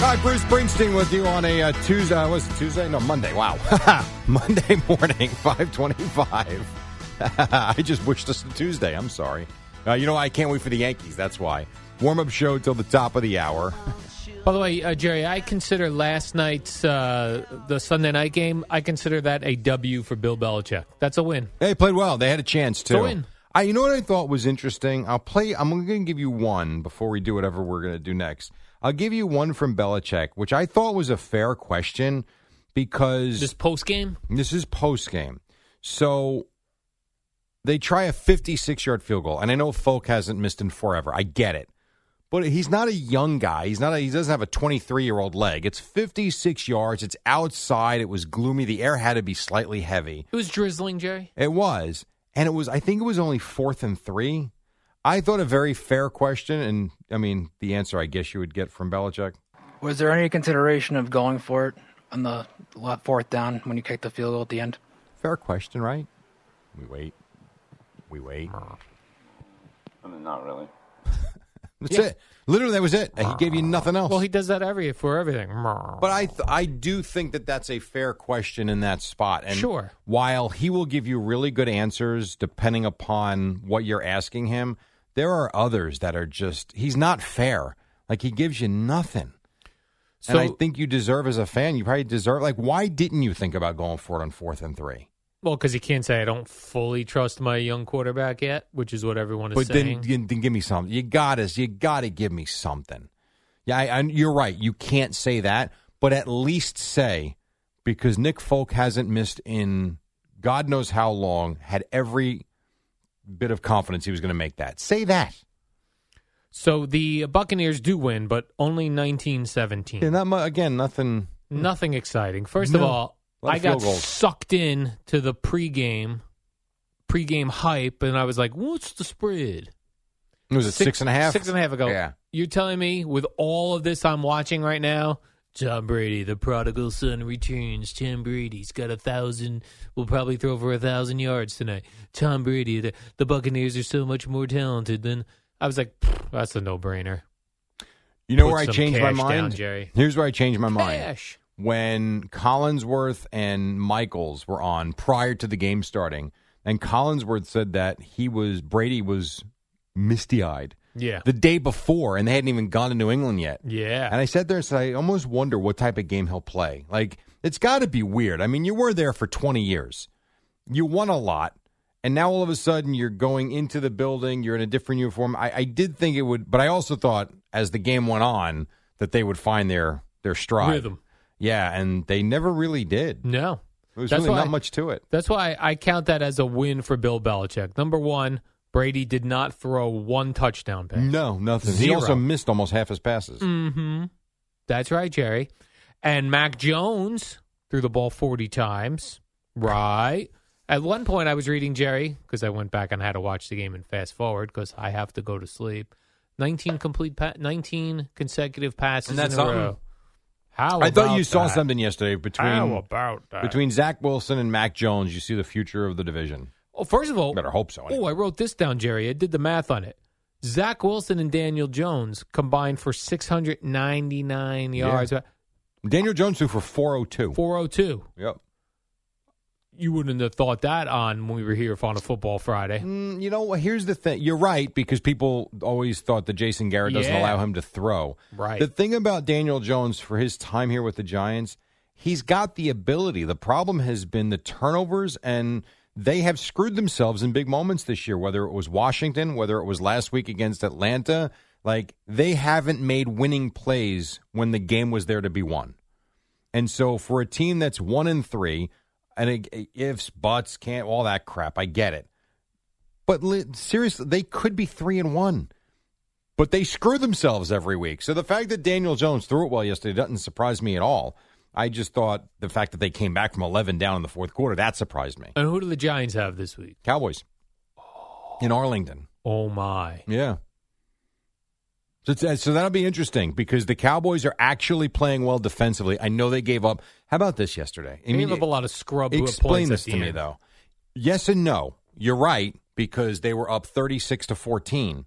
Speaker 3: All right, Bruce Springsteen with you on a uh, Tuesday. Uh, was it Tuesday? No, Monday. Wow, Monday morning, five twenty-five. I just wished us a Tuesday. I'm sorry. Uh, you know, I can't wait for the Yankees. That's why warm-up show till the top of the hour.
Speaker 2: By the way, uh, Jerry, I consider last night's uh, the Sunday night game. I consider that a W for Bill Belichick. That's a win.
Speaker 3: They played well. They had a chance
Speaker 2: a
Speaker 3: too.
Speaker 2: win.
Speaker 3: I, you know what I thought was interesting? I'll play. I'm going to give you one before we do whatever we're going to do next. I'll give you one from Belichick, which I thought was a fair question because
Speaker 2: This post game?
Speaker 3: this is post game. So they try a 56 yard field goal. And I know Folk hasn't missed in forever. I get it. But he's not a young guy. He's not a, he doesn't have a 23 year old leg. It's 56 yards. It's outside. It was gloomy. The air had to be slightly heavy.
Speaker 2: It was drizzling, Jerry.
Speaker 3: It was. And it was, I think it was only fourth and three. I thought a very fair question. And I mean, the answer I guess you would get from Belichick.
Speaker 8: Was there any consideration of going for it on the la- fourth down when you kicked the field goal at the end?
Speaker 3: Fair question, right? We wait. We wait.
Speaker 9: I mean, not really.
Speaker 3: That's it. Literally, that was it. He gave you nothing else.
Speaker 2: Well, he does that every for everything.
Speaker 3: But I th- I do think that that's a fair question in that spot. And
Speaker 2: Sure.
Speaker 3: While he will give you really good answers depending upon what you're asking him, there are others that are just he's not fair. Like he gives you nothing. and I
Speaker 2: So-
Speaker 3: think you deserve as a fan. You probably deserve. Like, why didn't you think about going for it on fourth and three?
Speaker 2: Well, because he can't say I don't fully trust my young quarterback yet, which is what everyone is
Speaker 3: But
Speaker 2: saying.
Speaker 3: then, then give me something. You got us. You got to give me something. Yeah, I, I, you're right. You can't say that, but at least say because Nick Folk hasn't missed in God knows how long. Had every bit of confidence he was going to make that. Say that.
Speaker 2: so the Buccaneers do win, but only 1917.
Speaker 3: Yeah, not mu- again. Nothing.
Speaker 2: Nothing exciting. First of
Speaker 3: No.
Speaker 2: all,
Speaker 3: A lot of
Speaker 2: I got
Speaker 3: field goals.
Speaker 2: sucked in to the pregame pregame hype, and I was like, "What's the spread?"
Speaker 3: It was a six and a half.
Speaker 2: Six and a half ago.
Speaker 3: Yeah.
Speaker 2: You're telling me with all of this I'm watching right now, Tom Brady, the prodigal son, returns. Tom Brady's got a thousand. Will probably throw for a thousand yards tonight. Tom Brady, the, the Buccaneers are so much more talented than. I was like, "Pfft, that's a no brainer.
Speaker 3: You know
Speaker 2: Put
Speaker 3: where I
Speaker 2: some
Speaker 3: changed my
Speaker 2: cash down,
Speaker 3: mind?
Speaker 2: Jerry.
Speaker 3: Here's where I changed my mind.
Speaker 2: Cash.
Speaker 3: When Collinsworth and Michaels were on prior to the game starting, and Collinsworth said that he was Brady was misty eyed
Speaker 2: Yeah.
Speaker 3: the day before, and they hadn't even gone to New England yet.
Speaker 2: yeah.
Speaker 3: And I sat there and said, I almost wonder what type of game he'll play. Like, it's got to be weird. I mean, you were there for 20 years, you won a lot, and now all of a sudden you're going into the building, you're in a different uniform. I, I did think it would, but I also thought as the game went on that they would find their, their stride.
Speaker 2: Rhythm.
Speaker 3: Yeah, and they never really did.
Speaker 2: No.
Speaker 3: There was
Speaker 2: That's
Speaker 3: really
Speaker 2: why
Speaker 3: not
Speaker 2: I-
Speaker 3: much to it.
Speaker 2: That's why I count that as a win for Bill Belichick. Number one, Brady did not throw one touchdown pass.
Speaker 3: No, nothing. He
Speaker 2: Zero.
Speaker 3: also missed almost half his passes.
Speaker 2: Mm-hmm. That's right, Jerry. And Mac Jones threw the ball 40 times. Right. At one point, I was reading Jerry because I went back and had to watch the game and fast forward because I have to go to sleep. 19 complete, pa- 19 consecutive passes
Speaker 3: And that's
Speaker 2: in a
Speaker 3: something.
Speaker 2: row. How
Speaker 3: I thought
Speaker 2: about
Speaker 3: you saw
Speaker 2: that?
Speaker 3: something yesterday between
Speaker 2: How about that?
Speaker 3: between Zach Wilson and Mac Jones. You see the future of the division.
Speaker 2: Oh, first of all,
Speaker 3: Better hope so.
Speaker 2: Oh, I wrote this down, Jerry. I did the math on it. Zach Wilson and Daniel Jones combined for 699 yards,
Speaker 3: Yeah. Daniel Jones threw for four oh two.
Speaker 2: 402.
Speaker 3: Yep.
Speaker 2: You wouldn't have thought that on when we were here for on a football Friday.
Speaker 3: Mm, you know, what? here's the thing. You're right because people always thought that Jason Garrett doesn't
Speaker 2: Yeah.
Speaker 3: allow him to throw.
Speaker 2: Right.
Speaker 3: The thing about Daniel Jones for his time here with the Giants, he's got the ability. The problem has been the turnovers, and they have screwed themselves in big moments this year, whether it was Washington, whether it was last week against Atlanta. Like, they haven't made winning plays when the game was there to be won. And so for a team that's one and three, and it- ifs, buts, can't, all that crap, I get it. But li- seriously, they could be three and one, but they screw themselves every week. So the fact that Daniel Jones threw it well yesterday doesn't surprise me at all. I just thought the fact that they came back from 11 down in the fourth quarter, that surprised me.
Speaker 2: And who do the Giants have this week?
Speaker 3: Cowboys in Arlington.
Speaker 2: Oh, my.
Speaker 3: Yeah. So, it's- uh, so that'll be interesting because the Cowboys are actually playing well defensively. I know they gave up. How about this yesterday?
Speaker 2: They gave up a lot of scrub who have points
Speaker 3: Explain this
Speaker 2: at the
Speaker 3: to me,
Speaker 2: end.
Speaker 3: though. Yes and no. You're right because they were up 36 to 14.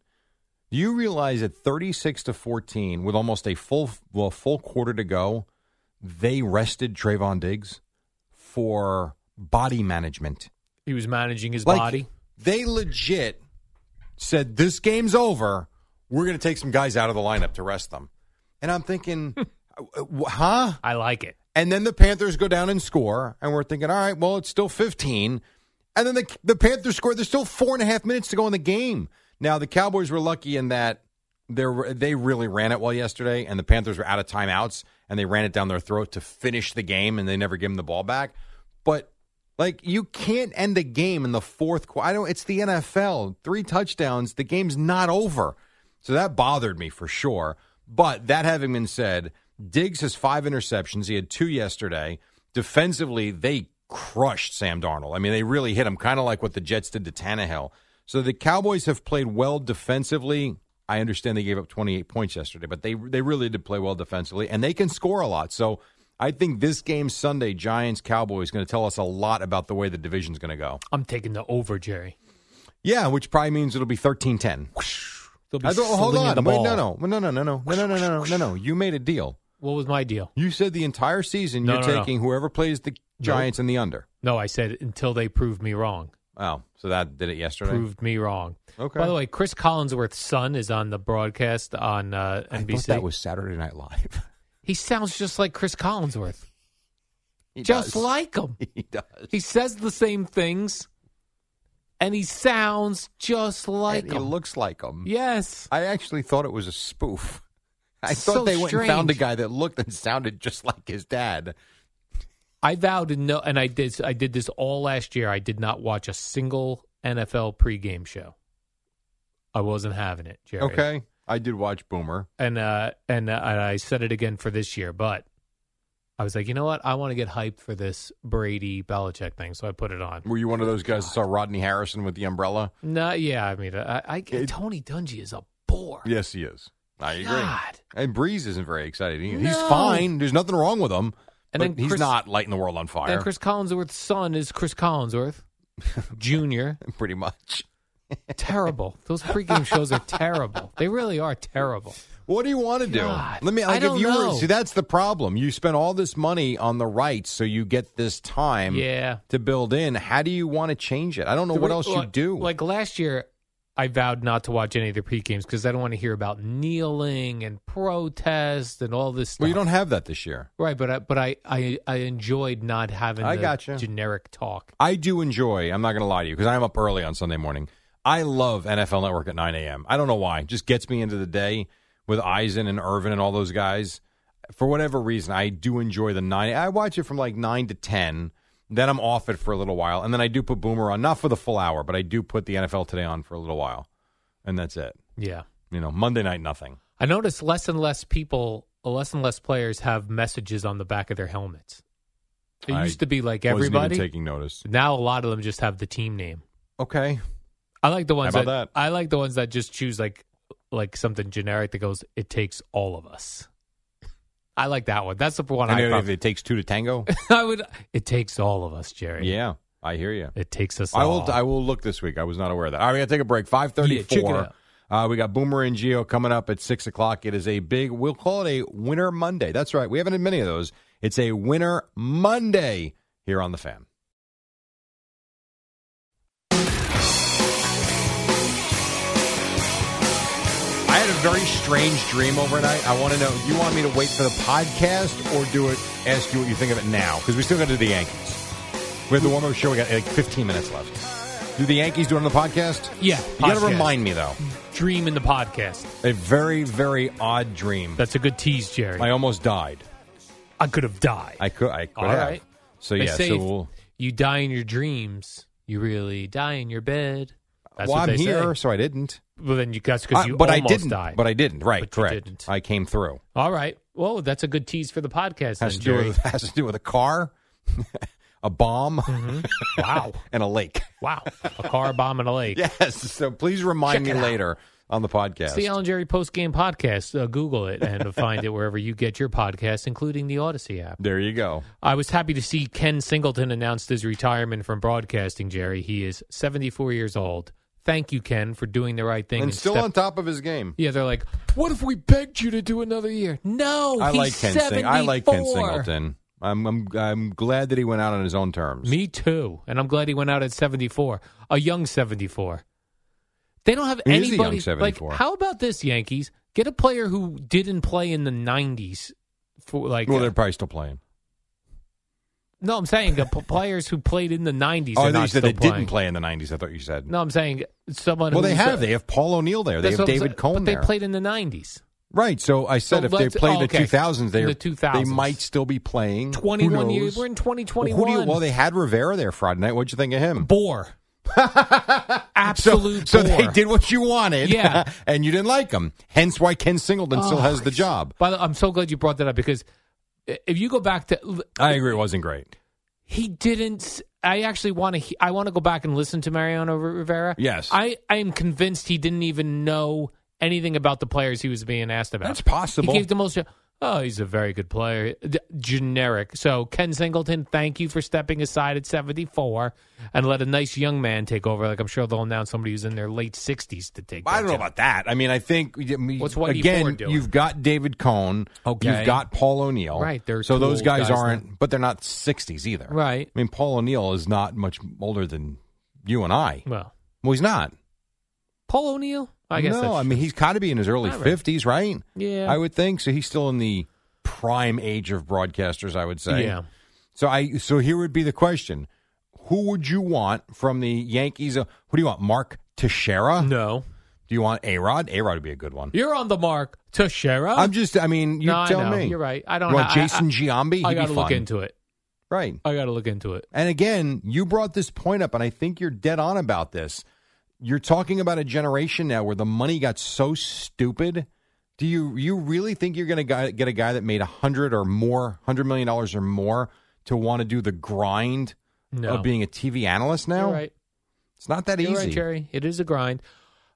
Speaker 3: Do you realize that 36 to 14, with almost a full well full quarter to go, they rested Trayvon Diggs for body management.
Speaker 2: He was managing his
Speaker 3: Like,
Speaker 2: body.
Speaker 3: They legit said this game's over. We're going to take some guys out of the lineup to rest them. And I'm thinking, w- huh?
Speaker 2: I like it.
Speaker 3: And then the Panthers go down and score, and we're thinking, all right, well, it's still 15. And then the, the Panthers score. There's still four and a half minutes to go in the game. Now, the Cowboys were lucky in that there were- they really ran it well yesterday, and the Panthers were out of timeouts, and they ran it down their throat to finish the game, and they never gave them the ball back. But like, you can't end a game in the fourth quarter. I don't. It's the NFL. Three touchdowns. The game's not over. So that bothered me for sure. But that having been said, Diggs has five interceptions. He had two yesterday. Defensively, they crushed Sam Darnold. I mean, they really hit him, kind of like what the Jets did to Tannehill. So the Cowboys have played well defensively. I understand they gave up 28 points yesterday, but they they really did play well defensively, and they can score a lot. So I think this game Sunday, Giants Cowboys, going to tell us a lot about the way the division's going to go.
Speaker 2: I'm taking the over, Jerry.
Speaker 3: Yeah, which probably means it'll be 13 10.
Speaker 2: They'll be
Speaker 3: hold
Speaker 2: slinging
Speaker 3: on.
Speaker 2: the
Speaker 3: Wait,
Speaker 2: ball.
Speaker 3: no, no, no, no, no, no, no, no, no, no, no, no. You made a deal.
Speaker 2: What was my deal?
Speaker 3: You said the entire season
Speaker 2: No,
Speaker 3: you're
Speaker 2: no, no.
Speaker 3: taking whoever plays the Giants and the under.
Speaker 2: No, I said until they prove me wrong.
Speaker 3: Oh, so that did it yesterday.
Speaker 2: Proved me wrong.
Speaker 3: Okay.
Speaker 2: By the way, Chris Collinsworth's son is on the broadcast on uh,
Speaker 3: I
Speaker 2: NBC.
Speaker 3: thought that was Saturday Night Live.
Speaker 2: He sounds just like Chris Collinsworth.
Speaker 3: He
Speaker 2: just
Speaker 3: does.
Speaker 2: like him.
Speaker 3: He does.
Speaker 2: He says the same things, and he sounds just like
Speaker 3: And he
Speaker 2: him.
Speaker 3: looks like him.
Speaker 2: yes.
Speaker 3: I actually thought it was a spoof. I
Speaker 2: So
Speaker 3: thought they went and found a
Speaker 2: strange.
Speaker 3: guy that looked and sounded just like his dad.
Speaker 2: I vowed to no, and I did. I did this all last year. I did not watch a single NFL pregame show. I wasn't having it, Jerry.
Speaker 3: Okay, I did watch Boomer.
Speaker 2: and uh, and uh, and I said it again for this year, but I was like, you know what? I want to get hyped for this Brady Belichick thing, so I put it on.
Speaker 3: Were you one of those guys that saw Rodney Harrison with the umbrella?
Speaker 2: No, yeah, I mean, I, I
Speaker 3: It-
Speaker 2: Tony Dungy is a bore.
Speaker 3: Yes, he is. I agree.
Speaker 2: God.
Speaker 3: And Breeze isn't very excited. either. He's
Speaker 2: No.
Speaker 3: fine. There's nothing wrong with him.
Speaker 2: And
Speaker 3: but
Speaker 2: then
Speaker 3: he's
Speaker 2: Chris-
Speaker 3: not lighting the world on fire.
Speaker 2: And Chris Collinsworth's son is Chris Collinsworth Junior.
Speaker 3: pretty much.
Speaker 2: terrible. Those pregame shows are terrible. They really are terrible.
Speaker 3: What do you want to do?
Speaker 2: God.
Speaker 3: Let me.
Speaker 2: I
Speaker 3: Like,
Speaker 2: don't
Speaker 3: if you
Speaker 2: know.
Speaker 3: Were, see, that's the problem. You spend all this money on the rights, so you get this time.
Speaker 2: Yeah.
Speaker 3: To build in, how do you want to change it? I don't know what
Speaker 2: The re-
Speaker 3: else you
Speaker 2: like-
Speaker 3: do.
Speaker 2: Like last year, I vowed not to watch any of the pre-games because I don't want to hear about kneeling and protest and all this stuff.
Speaker 3: well, you don't have that this year.
Speaker 2: Right, but I, but I, I I enjoyed not having
Speaker 3: I
Speaker 2: the
Speaker 3: gotcha.
Speaker 2: generic talk.
Speaker 3: I do enjoy. I'm not going to lie to you because I'm up early on Sunday morning. I love NFL Network at 9 a.m. I don't know why. It just gets me into the day with Eisen and Irvin and all those guys. For whatever reason, I do enjoy the nine. I watch it from like nine to ten. Then I'm off it for a little while, and then I do put Boomer on, not for the full hour, but I do put the NFL Today on for a little while, and that's it.
Speaker 2: Yeah.
Speaker 3: You know, Monday night nothing.
Speaker 2: I noticed less and less people, less and less players have messages on the back of their helmets. It
Speaker 3: I
Speaker 2: used to be like
Speaker 3: wasn't even
Speaker 2: everybody.
Speaker 3: taking notice.
Speaker 2: Now a lot of them just have the team name.
Speaker 3: Okay,
Speaker 2: I like the ones
Speaker 3: about
Speaker 2: that I like the ones that just choose like like something generic that goes. It takes all of us. I like that one. That's the one
Speaker 3: I
Speaker 2: I.
Speaker 3: know if
Speaker 2: probably-
Speaker 3: it takes two to tango.
Speaker 2: I would. It takes all of us, Jerry.
Speaker 3: yeah, I hear you.
Speaker 2: It takes us.
Speaker 3: I
Speaker 2: all.
Speaker 3: will. I will look this week. I was not aware of that. All right, we got to take a break. Five
Speaker 2: Yeah, check
Speaker 3: thirty-four.
Speaker 2: it out.
Speaker 3: uh, we got Boomer and Geo coming up at six o'clock. It is a big. We'll call it a Winter Monday. That's right. We haven't had many of those. It's a Winter Monday here on the Fan. I had a very strange dream overnight. I want to know. Do you want me to wait for the podcast or do it? Ask you what you think of it now because we still got to do the Yankees. We have the warm-up show. We got like 15 minutes left. Do the Yankees do it on the podcast?
Speaker 2: Yeah,
Speaker 3: You got to
Speaker 2: podcast.
Speaker 3: remind me though.
Speaker 2: dream in the podcast.
Speaker 3: A very very odd dream.
Speaker 2: That's a good tease, Jerry.
Speaker 3: I almost died.
Speaker 2: I could have died.
Speaker 3: I could. I could
Speaker 2: All
Speaker 3: have.
Speaker 2: right.
Speaker 3: So
Speaker 2: They
Speaker 3: yeah.
Speaker 2: say
Speaker 3: So
Speaker 2: if
Speaker 3: we'll,
Speaker 2: you die in your dreams. You really die in your bed. That's
Speaker 3: well,
Speaker 2: what
Speaker 3: I'm
Speaker 2: they
Speaker 3: here,
Speaker 2: Say.
Speaker 3: so I didn't.
Speaker 2: Well, then you that's because
Speaker 3: I-
Speaker 2: you
Speaker 3: but I
Speaker 2: almost
Speaker 3: didn't.
Speaker 2: died.
Speaker 3: But I didn't. Right.
Speaker 2: But you
Speaker 3: correct.
Speaker 2: didn't.
Speaker 3: I came through.
Speaker 2: All right. Well, that's a good tease for the podcast,
Speaker 3: Has
Speaker 2: then,
Speaker 3: to do
Speaker 2: Jerry.
Speaker 3: with, has to do with a car, a bomb,
Speaker 2: Mm-hmm. wow,
Speaker 3: and a lake.
Speaker 2: wow, a car bomb in a lake.
Speaker 3: Yes. So please remind
Speaker 2: Check
Speaker 3: me
Speaker 2: it out.
Speaker 3: later on the podcast.
Speaker 2: It's the Alan Jerry post game podcast. Uh, Google it and find it wherever you get your podcasts, including the Odyssey app.
Speaker 3: there you go.
Speaker 2: I was happy to see Ken Singleton announced his retirement from broadcasting, Jerry. He is 74 years old. Thank you, Ken, for doing the right thing.
Speaker 3: And still
Speaker 2: step-
Speaker 3: on top of his game.
Speaker 2: Yeah, they're like, what if we begged you to do another year? No,
Speaker 3: I
Speaker 2: Oh, he's
Speaker 3: like Ken. Sing- I like Ken
Speaker 2: 74.
Speaker 3: Singleton. I'm, I'm I'm glad that he went out on his own terms.
Speaker 2: Me too. And I'm glad he went out at 74, a young 74. They don't have
Speaker 3: He is a young
Speaker 2: anybody.
Speaker 3: 74.
Speaker 2: Like, how about this, Yankees? Get a player who didn't play in the 90s. For, like,
Speaker 3: well, they're probably still playing.
Speaker 2: No, I'm saying the p- players who played in the '90s.
Speaker 3: Oh,
Speaker 2: are
Speaker 3: I thought
Speaker 2: not
Speaker 3: you said
Speaker 2: still
Speaker 3: they
Speaker 2: playing.
Speaker 3: didn't play in the '90s. I thought you said.
Speaker 2: No, I'm saying someone.
Speaker 3: well, they
Speaker 2: who's,
Speaker 3: have.
Speaker 2: uh,
Speaker 3: They have Paul O'Neill there. They
Speaker 2: that's
Speaker 3: have
Speaker 2: what I'm
Speaker 3: David
Speaker 2: saying,
Speaker 3: Cohn
Speaker 2: But they
Speaker 3: there.
Speaker 2: played in the '90s.
Speaker 3: Right. So I said
Speaker 2: So
Speaker 3: if they
Speaker 2: let's-
Speaker 3: played
Speaker 2: oh, okay.
Speaker 3: the 2000s, they
Speaker 2: In the
Speaker 3: they
Speaker 2: 2000s.
Speaker 3: might still be playing. Who
Speaker 2: 21
Speaker 3: knows?
Speaker 2: years. We're in
Speaker 3: Well,
Speaker 2: 2021.
Speaker 3: who do you, well, they had Rivera there Friday night. What'd you think of him?
Speaker 2: Bore. Absolute.
Speaker 3: So they
Speaker 2: bore.
Speaker 3: did what you wanted.
Speaker 2: Yeah.
Speaker 3: and you didn't like him. Hence why Ken Singleton still
Speaker 2: Oh,
Speaker 3: has the job.
Speaker 2: By the I'm so glad you brought that up because i- if you go back to,
Speaker 3: I agree. It wasn't great.
Speaker 2: he didn't. s- I actually want to. I want to go back and listen to Mariano Ri- Rivera.
Speaker 3: Yes.
Speaker 2: I, I am convinced he didn't even know anything about the players he was being asked about.
Speaker 3: That's possible.
Speaker 2: He gave the most. Oh, he's a very good player. D- generic. So Ken Singleton, thank you for stepping aside at seventy four and let a nice young man take over. Like I'm sure they'll announce somebody who's in their late sixties to take.
Speaker 3: I don't know about that. I mean, I think I mean,
Speaker 2: What's Whitey
Speaker 3: again,
Speaker 2: Ford doing?
Speaker 3: you've got David Cohn.
Speaker 2: Okay.
Speaker 3: You've got Paul O'Neill.
Speaker 2: Right, they're
Speaker 3: so
Speaker 2: two
Speaker 3: those
Speaker 2: old
Speaker 3: guys,
Speaker 2: guys
Speaker 3: aren't, but they're not 60s either.
Speaker 2: Right.
Speaker 3: I mean, Paul O'Neill is not much older than you and I.
Speaker 2: Well,
Speaker 3: Well, he's not.
Speaker 2: Paul O'Neill. I guess.
Speaker 3: no,
Speaker 2: that's
Speaker 3: I mean, he's got to be in his early
Speaker 2: All right.
Speaker 3: 50s, right?
Speaker 2: Yeah.
Speaker 3: I would think. So he's still in the prime age of broadcasters, I would say.
Speaker 2: Yeah.
Speaker 3: So I so here would be the question. Who would you want from the Yankees? Uh, Who do you want? Mark Teixeira?
Speaker 2: No.
Speaker 3: Do you want A-Rod? A-Rod would be a good one.
Speaker 2: You're on the mark, Teixeira.
Speaker 3: I'm just I mean, you
Speaker 2: Oh. No, I
Speaker 3: tell
Speaker 2: know.
Speaker 3: me.
Speaker 2: You're right. I don't
Speaker 3: you
Speaker 2: know.
Speaker 3: want Jason Giambi? He'd
Speaker 2: I
Speaker 3: be
Speaker 2: got to look
Speaker 3: fun.
Speaker 2: into it.
Speaker 3: Right.
Speaker 2: I got to look into it.
Speaker 3: And again, you brought this point up, and I think you're dead on about this. You're talking about a generation now where the money got so stupid. Do you you really think you're going to get a guy that made a hundred or more, hundred million dollars or more, to want to do the grind
Speaker 2: No.
Speaker 3: of being a TV analyst now?
Speaker 2: You're right.
Speaker 3: It's not that
Speaker 2: You're
Speaker 3: easy.
Speaker 2: right, Jerry. It is a grind.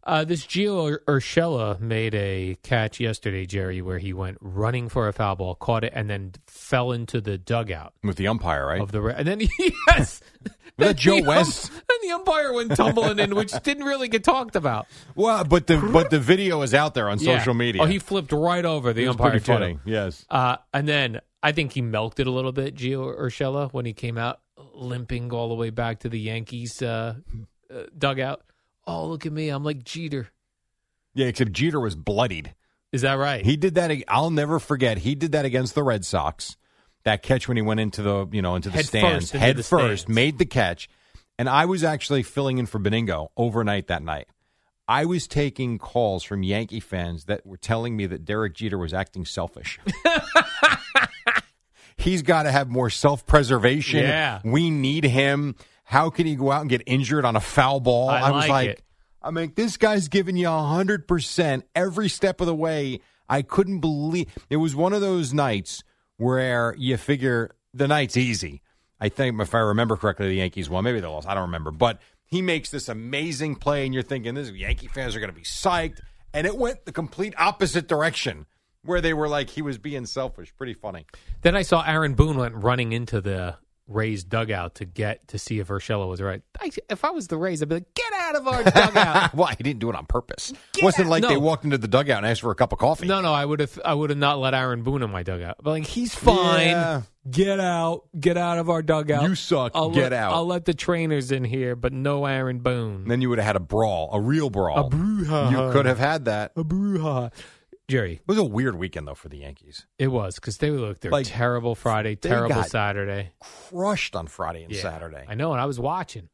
Speaker 2: Uh, this Gio Ur- Urshela made a catch yesterday, Jerry, where he went running for a foul ball, caught it, and then fell into the dugout
Speaker 3: With the umpire, right?
Speaker 2: of the. Re- and then yes,
Speaker 3: Was that
Speaker 2: Then
Speaker 3: Joe
Speaker 2: the ump-
Speaker 3: West?
Speaker 2: and the umpire went tumbling in, which didn't really get talked about
Speaker 3: Well, but the but the video is out there on
Speaker 2: Yeah.
Speaker 3: social media.
Speaker 2: Oh, he flipped right over the
Speaker 3: It was
Speaker 2: umpire.
Speaker 3: pretty
Speaker 2: too.
Speaker 3: funny. Yes.
Speaker 2: Uh, and then I think he melted a little bit, Gio Urshela, when he came out limping all the way back to the Yankees uh, uh, dugout. Oh, look at me. I'm like Jeter.
Speaker 3: Yeah, except Jeter was bloodied.
Speaker 2: Is that right?
Speaker 3: He did that. ag- I'll never forget. He did that against the Red Sox. That catch when he went into the you know into the
Speaker 2: Head
Speaker 3: stands,
Speaker 2: first into
Speaker 3: head
Speaker 2: the
Speaker 3: first,
Speaker 2: stands.
Speaker 3: made the catch. And I was actually filling in for Beningo overnight that night. I was taking calls from Yankee fans that were telling me that Derek Jeter was acting selfish. He's got to have more self preservation.
Speaker 2: Yeah.
Speaker 3: We need him. How can he go out and get injured on a foul ball?
Speaker 2: I
Speaker 3: was
Speaker 2: like
Speaker 3: like,
Speaker 2: it.
Speaker 3: I mean, this guy's giving you 100% every step of the way. I couldn't believe it was one of those nights where you figure the night's easy. I think, if I remember correctly, the Yankees won. Maybe they lost. I don't remember. But he makes this amazing play, and you're thinking, this Yankee fans are going to be psyched. And it went the complete opposite direction where they were like, he was being selfish. Pretty funny.
Speaker 2: Then I saw Aaron Boone went running into the Rays dugout to get to see if Urshela was right. I, if I was the Rays, I'd be like, get out of our dugout.
Speaker 3: well, he didn't do it on purpose. wasn't like
Speaker 2: No.
Speaker 3: they walked into the dugout and asked for a cup of coffee.
Speaker 2: no, no, I would have. I would have not let Aaron Boone in my dugout. But like, he's fine.
Speaker 3: Yeah.
Speaker 2: Get out. Get out of our dugout.
Speaker 3: You suck.
Speaker 2: I'll
Speaker 3: Get
Speaker 2: let-
Speaker 3: out.
Speaker 2: I'll let the trainers in here, but no Aaron Boone.
Speaker 3: Then you would have had a brawl, a real brawl.
Speaker 2: A Uh-huh. brouhaha.
Speaker 3: You could have had that.
Speaker 2: A brouhaha. Jerry,
Speaker 3: It was a weird weekend though for the Yankees.
Speaker 2: it was because they look they're
Speaker 3: Like,
Speaker 2: terrible Friday,
Speaker 3: they
Speaker 2: terrible
Speaker 3: got
Speaker 2: Saturday,
Speaker 3: Crushed on Friday and
Speaker 2: Yeah.
Speaker 3: Saturday.
Speaker 2: I know, and I was watching.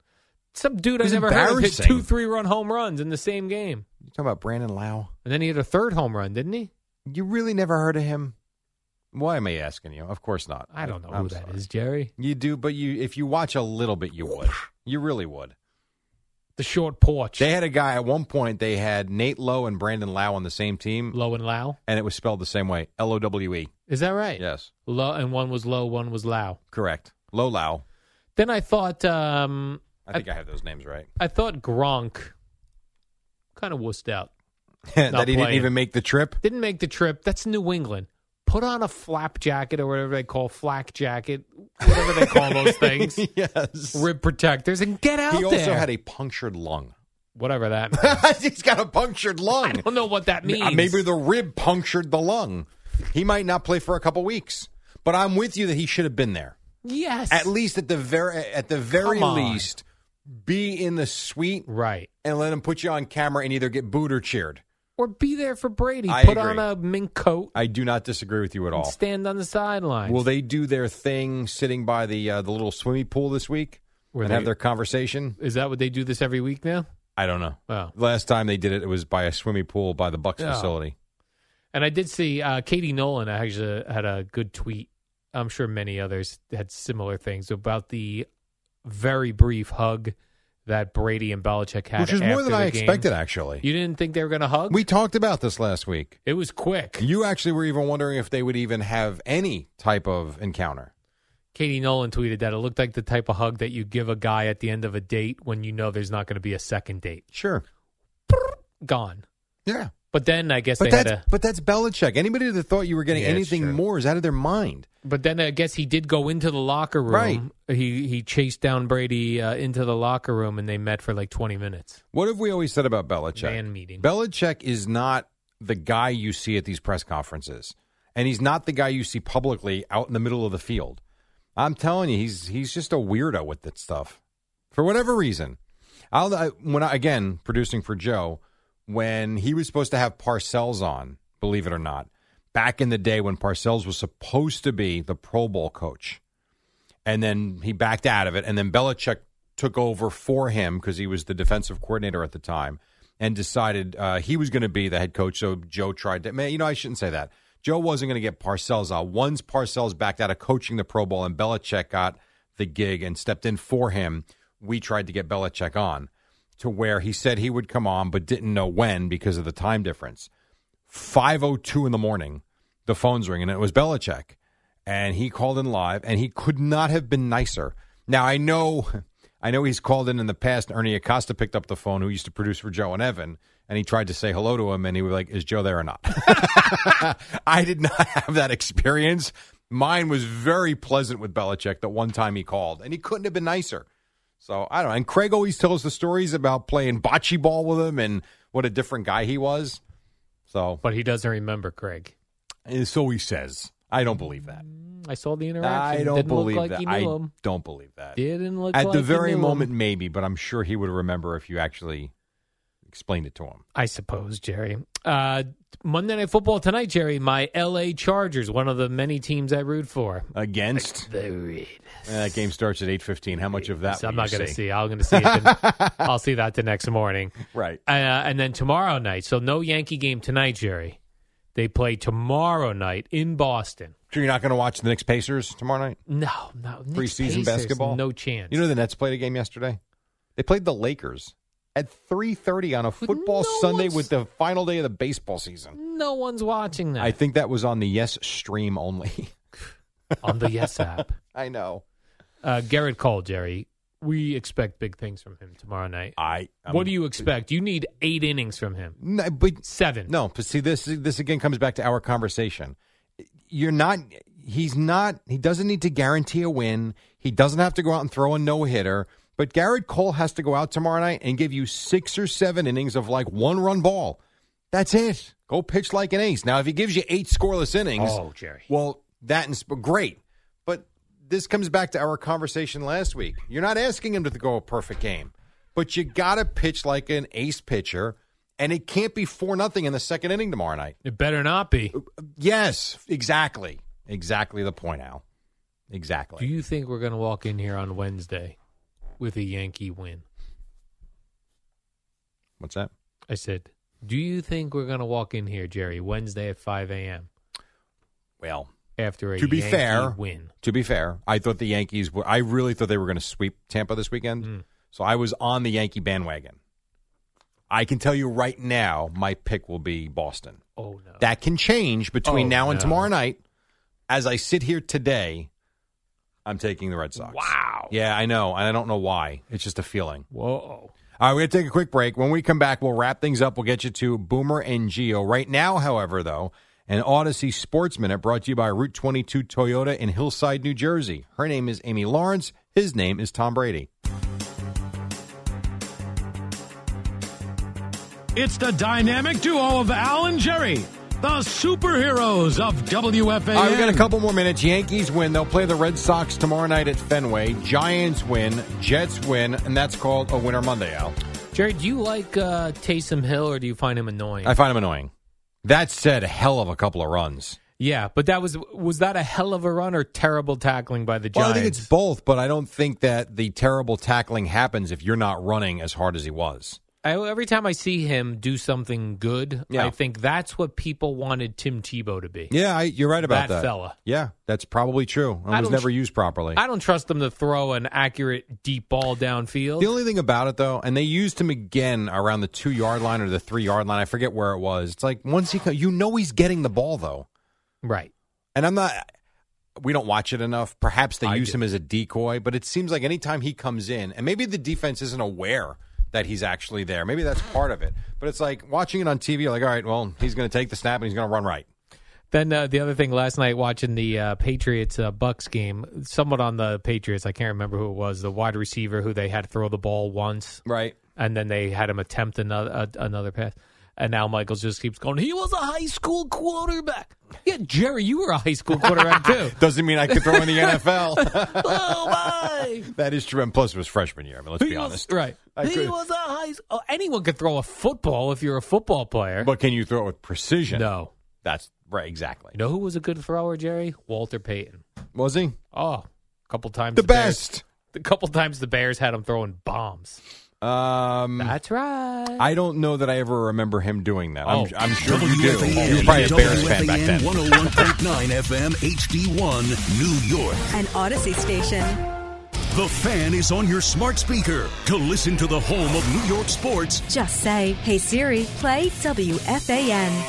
Speaker 2: Some dude
Speaker 3: It
Speaker 2: I
Speaker 3: was
Speaker 2: never heard of hit
Speaker 3: embarrassing.
Speaker 2: two three run home runs in the same game,
Speaker 3: You talking about Brandon Lau?
Speaker 2: and then he hit a third home run, didn't he?
Speaker 3: You really never heard of him? Why am I asking you? Of course not.
Speaker 2: I don't know
Speaker 3: I'm
Speaker 2: who that is,
Speaker 3: sorry.
Speaker 2: Jerry.
Speaker 3: You do, but you if you watch a little bit, you would. You really would.
Speaker 2: The short porch,
Speaker 3: They had a guy at one point. They had Nate Lowe and Brandon Lau on the same team,
Speaker 2: low and low.
Speaker 3: and it was spelled the same way: L O W E.
Speaker 2: Is that right?
Speaker 3: Yes,
Speaker 2: Low and one was low, one was low.
Speaker 3: correct. Low Lau.
Speaker 2: Then I thought, um,
Speaker 3: I think I, have those names right.
Speaker 2: I thought Gronk kind of wussed out.
Speaker 3: that he didn't
Speaker 2: playing.
Speaker 3: even make the trip.
Speaker 2: Didn't make the trip. That's New England. Put on a flap jacket or whatever they call flak jacket, whatever they call those things,
Speaker 3: yes.
Speaker 2: rib protectors, and get out
Speaker 3: he
Speaker 2: there.
Speaker 3: also had a punctured lung.
Speaker 2: whatever that. Means.
Speaker 3: He's got a punctured
Speaker 2: I
Speaker 3: lung.
Speaker 2: don't know what that means.
Speaker 3: Uh, Maybe the rib punctured the lung. He might not play for a couple weeks. But I'm with you that he should have been there.
Speaker 2: yes,
Speaker 3: At least at the very at the very
Speaker 2: Come on.
Speaker 3: least, be in the suite
Speaker 2: right.
Speaker 3: and let him put you on camera and either get booed or cheered.
Speaker 2: or be there for Brady.
Speaker 3: I
Speaker 2: Put
Speaker 3: agree.
Speaker 2: on a mink coat
Speaker 3: I do not disagree with you at
Speaker 2: and
Speaker 3: all.
Speaker 2: stand on the sidelines.
Speaker 3: Will they do their thing sitting by the uh, the little swimming pool this week
Speaker 2: Where
Speaker 3: and
Speaker 2: they-
Speaker 3: have their conversation?
Speaker 2: Is that what they do this every week now? Oh.
Speaker 3: I don't know.
Speaker 2: Wow.
Speaker 3: Last time they did it, it was by a swimming pool by the Bucks
Speaker 2: Yeah.
Speaker 3: facility.
Speaker 2: And I did see uh, Katie Nolan actually had a good tweet. I'm sure many others had similar things about the very brief hug that Brady and Belichick had,
Speaker 3: Which is more
Speaker 2: after
Speaker 3: than
Speaker 2: the
Speaker 3: I
Speaker 2: game.
Speaker 3: expected, actually.
Speaker 2: You didn't think they were going to hug?
Speaker 3: We talked about this last week.
Speaker 2: It was quick.
Speaker 3: You actually were even wondering if they would even have any type of encounter.
Speaker 2: Katie Nolan tweeted that it looked like the type of hug that you give a guy at the end of a date when you know there's not going to be a second date.
Speaker 3: Sure.
Speaker 2: Gone.
Speaker 3: Yeah.
Speaker 2: But then I guess
Speaker 3: But
Speaker 2: they had
Speaker 3: that's
Speaker 2: a.
Speaker 3: but that's Belichick. Anybody that thought you were getting
Speaker 2: Yeah, it's
Speaker 3: anything more is out of their mind.
Speaker 2: But then I guess he did go into the locker room.
Speaker 3: Right.
Speaker 2: He he chased down Brady uh, into the locker room and they met for like 20 minutes.
Speaker 3: What have we always said about Belichick?
Speaker 2: Man meeting.
Speaker 3: Belichick is not the guy you see at these press conferences, and he's not the guy you see publicly out in the middle of the field. I'm telling you, he's he's just a weirdo with that stuff for whatever reason. I'll I, when I, again producing for Joe when he was supposed to have Parcells on, believe it or not, back in the day when Parcells was supposed to be the Pro Bowl coach and then he backed out of it. And then Belichick took over for him because he was the defensive coordinator at the time and decided uh, he was going to be the head coach. So Joe tried to, man, you know, I shouldn't say that. Joe wasn't going to get Parcells out. Once Parcells backed out of coaching the Pro Bowl and Belichick got the gig and stepped in for him, we tried to get Belichick on to where he said he would come on but didn't know when because of the time difference. 5:02 in the morning, the phone's ringing and it was Belichick and he called in live and he could not have been nicer. Now I know I know he's called in in the past. Ernie Acosta picked up the phone, who used to produce for Joe and Evan, and he tried to say hello to him, and he was like, "Is Joe there or not?" I did not have that experience. Mine was very pleasant with Belichick. That one time he called, and he couldn't have been nicer. So I don't know. And Craig always tells the stories about playing bocce ball with him and what a different guy he was. So,
Speaker 2: but he doesn't remember Craig.
Speaker 3: So he says. I don't believe that.
Speaker 2: I saw the interaction.
Speaker 3: I don't
Speaker 2: Didn't
Speaker 3: believe
Speaker 2: look like
Speaker 3: that.
Speaker 2: He
Speaker 3: I
Speaker 2: knew him.
Speaker 3: don't believe that.
Speaker 2: Didn't look
Speaker 3: At
Speaker 2: like
Speaker 3: the
Speaker 2: he
Speaker 3: very
Speaker 2: knew him.
Speaker 3: moment, maybe, but I'm sure he would remember if you actually explained it to him.
Speaker 2: I suppose, Jerry. Uh, Monday Night Football tonight, Jerry. My L.A. Chargers, one of the many teams I root for.
Speaker 3: Against uh,
Speaker 2: the Raiders.
Speaker 3: that game starts at eight fifteen. How much of that?
Speaker 2: So I'm
Speaker 3: will
Speaker 2: not
Speaker 3: you
Speaker 2: going to see. I'm going to see. It the, I'll see that the next morning.
Speaker 3: Right.
Speaker 2: Uh, and then tomorrow night. So no Yankee game tonight, Jerry. They play tomorrow night in Boston.
Speaker 3: So you're not going to watch the Knicks Pacers tomorrow night?
Speaker 2: No, no. Knicks
Speaker 3: Preseason
Speaker 2: Pacers,
Speaker 3: basketball.
Speaker 2: No chance.
Speaker 3: You know the Nets played a game yesterday. They played the Lakers at three thirty on a football Sunday with the final day of the baseball season.
Speaker 2: no one's watching that
Speaker 3: I think that was on the Yes stream only.
Speaker 2: on the Yes app.
Speaker 3: I know.
Speaker 2: Uh, Garrett Cole, Jerry. We expect big things from him tomorrow night.
Speaker 3: I.
Speaker 2: what do you expect? You need eight innings from him.
Speaker 3: No, but
Speaker 2: seven.
Speaker 3: No, but see this this again comes back to our conversation. You're not. He's not. He doesn't need to guarantee a win. He doesn't have to go out and throw a no hitter. But Garrett Cole has to go out tomorrow night and give you six or seven innings of like one run ball. That's it. Go pitch like an ace. Now, if he gives you eight scoreless innings,
Speaker 2: Oh, Jerry.
Speaker 3: Well, that is great. But this comes back to our conversation last week. You're not asking him to go a perfect game, but you got to pitch like an ace pitcher, and it can't be four nothing in the second inning tomorrow night.
Speaker 2: It better not be.
Speaker 3: Yes, exactly, exactly the point, Al. Exactly.
Speaker 2: Do you think we're going to walk in here on Wednesday with a Yankee win?
Speaker 3: What's that?
Speaker 2: I said, Do you think we're going to walk in here, Jerry, Wednesday at 5 a.m.
Speaker 3: Well,
Speaker 2: after a
Speaker 3: to be
Speaker 2: Yankee
Speaker 3: fair,
Speaker 2: win?
Speaker 3: To be fair, I thought the Yankees were. I really thought they were going to sweep Tampa this weekend.
Speaker 2: Mm.
Speaker 3: So I was on the Yankee bandwagon. I can tell you right now, my pick will be Boston.
Speaker 2: Oh no,
Speaker 3: that can change between
Speaker 2: Oh,
Speaker 3: now and
Speaker 2: no.
Speaker 3: tomorrow night. As I sit here today, I'm taking the Red Sox. Wow. Yeah, I know, and I don't know why. It's just a feeling.
Speaker 2: Whoa.
Speaker 3: All right, we're going to take a quick break. When we come back, we'll wrap things up. We'll get you to Boomer and Geo. Right now, however, though, an Odyssey Sports Minute brought to you by Route 22 Toyota in Hillside, New Jersey. Her name is Amy Lawrence. His name is Tom Brady.
Speaker 5: It's the dynamic duo of Al and Jerry, the superheroes of WFAN.
Speaker 3: All right, we got a couple more minutes. Yankees win. They'll play the Red Sox tomorrow night at Fenway. Giants win. Jets win. And that's called a Winter Monday, Al.
Speaker 2: Jerry, do you like uh, Taysom Hill or do you find him annoying?
Speaker 3: I find him annoying. That said, a hell of a couple of runs.
Speaker 2: yeah, but that was was that a hell of a run or terrible tackling by the
Speaker 3: Well,
Speaker 2: Giants?
Speaker 3: I think it's both, but I don't think that the terrible tackling happens if you're not running as hard as he was.
Speaker 2: I, every time I see him do something good, I think that's what people wanted Tim Tebow to be.
Speaker 3: Yeah, I, you're right about
Speaker 2: That
Speaker 3: that.
Speaker 2: fella.
Speaker 3: Yeah, that's probably true. It
Speaker 2: I
Speaker 3: was
Speaker 2: don't
Speaker 3: never
Speaker 2: tr-
Speaker 3: used properly.
Speaker 2: I don't trust them to throw an accurate deep ball downfield.
Speaker 3: The only thing about it, though, and they used him again around the two yard line or the three yard line. I forget where it was. It's like once he, co- you know, he's getting the ball though,
Speaker 2: right?
Speaker 3: And I'm not. We don't watch it enough. Perhaps they
Speaker 2: I
Speaker 3: use
Speaker 2: do.
Speaker 3: him as a decoy, but it seems like anytime he comes in, and maybe the defense isn't aware that he's actually there. Maybe that's part of it. But it's like watching it on TV. You're like, all right, well, he's going to take the snap and he's going to run right.
Speaker 2: Then uh, the other thing last night, watching the uh, Patriots uh, Bucks game, someone on the Patriots, I can't remember who it was, the wide receiver who they had throw the ball once,
Speaker 3: right,
Speaker 2: and then they had him attempt another uh, another pass, and now Michaels just keeps going. He was a high school quarterback. Yeah, Jerry, you were a high school quarterback too.
Speaker 3: Doesn't mean I could throw in the NFL.
Speaker 2: oh my!
Speaker 3: That is true. And plus, it was freshman year. I mean, let's be
Speaker 2: He was-
Speaker 3: honest.
Speaker 2: Right.
Speaker 3: I
Speaker 2: he
Speaker 3: could-
Speaker 2: was a high. Oh, anyone could throw a football if you're a football player.
Speaker 3: But can you throw it with precision?
Speaker 2: No.
Speaker 3: That's right. Exactly.
Speaker 2: You know who was a good thrower, Jerry? Walter Payton.
Speaker 3: Was he?
Speaker 2: Oh, a couple times.
Speaker 3: The
Speaker 2: Bears-
Speaker 3: best.
Speaker 2: A couple times the Bears had him throwing bombs.
Speaker 3: Um,
Speaker 2: That's right.
Speaker 3: I don't know that I ever remember him doing that.
Speaker 2: Oh.
Speaker 3: I'm, I'm sure you do. You were probably a Bears fan back then.
Speaker 4: 101.9 FM HD1 New York.
Speaker 10: An Odyssey station.
Speaker 4: The fan is on your smart speaker to listen to the home of New York sports
Speaker 10: Just say, hey Siri, play WFAN.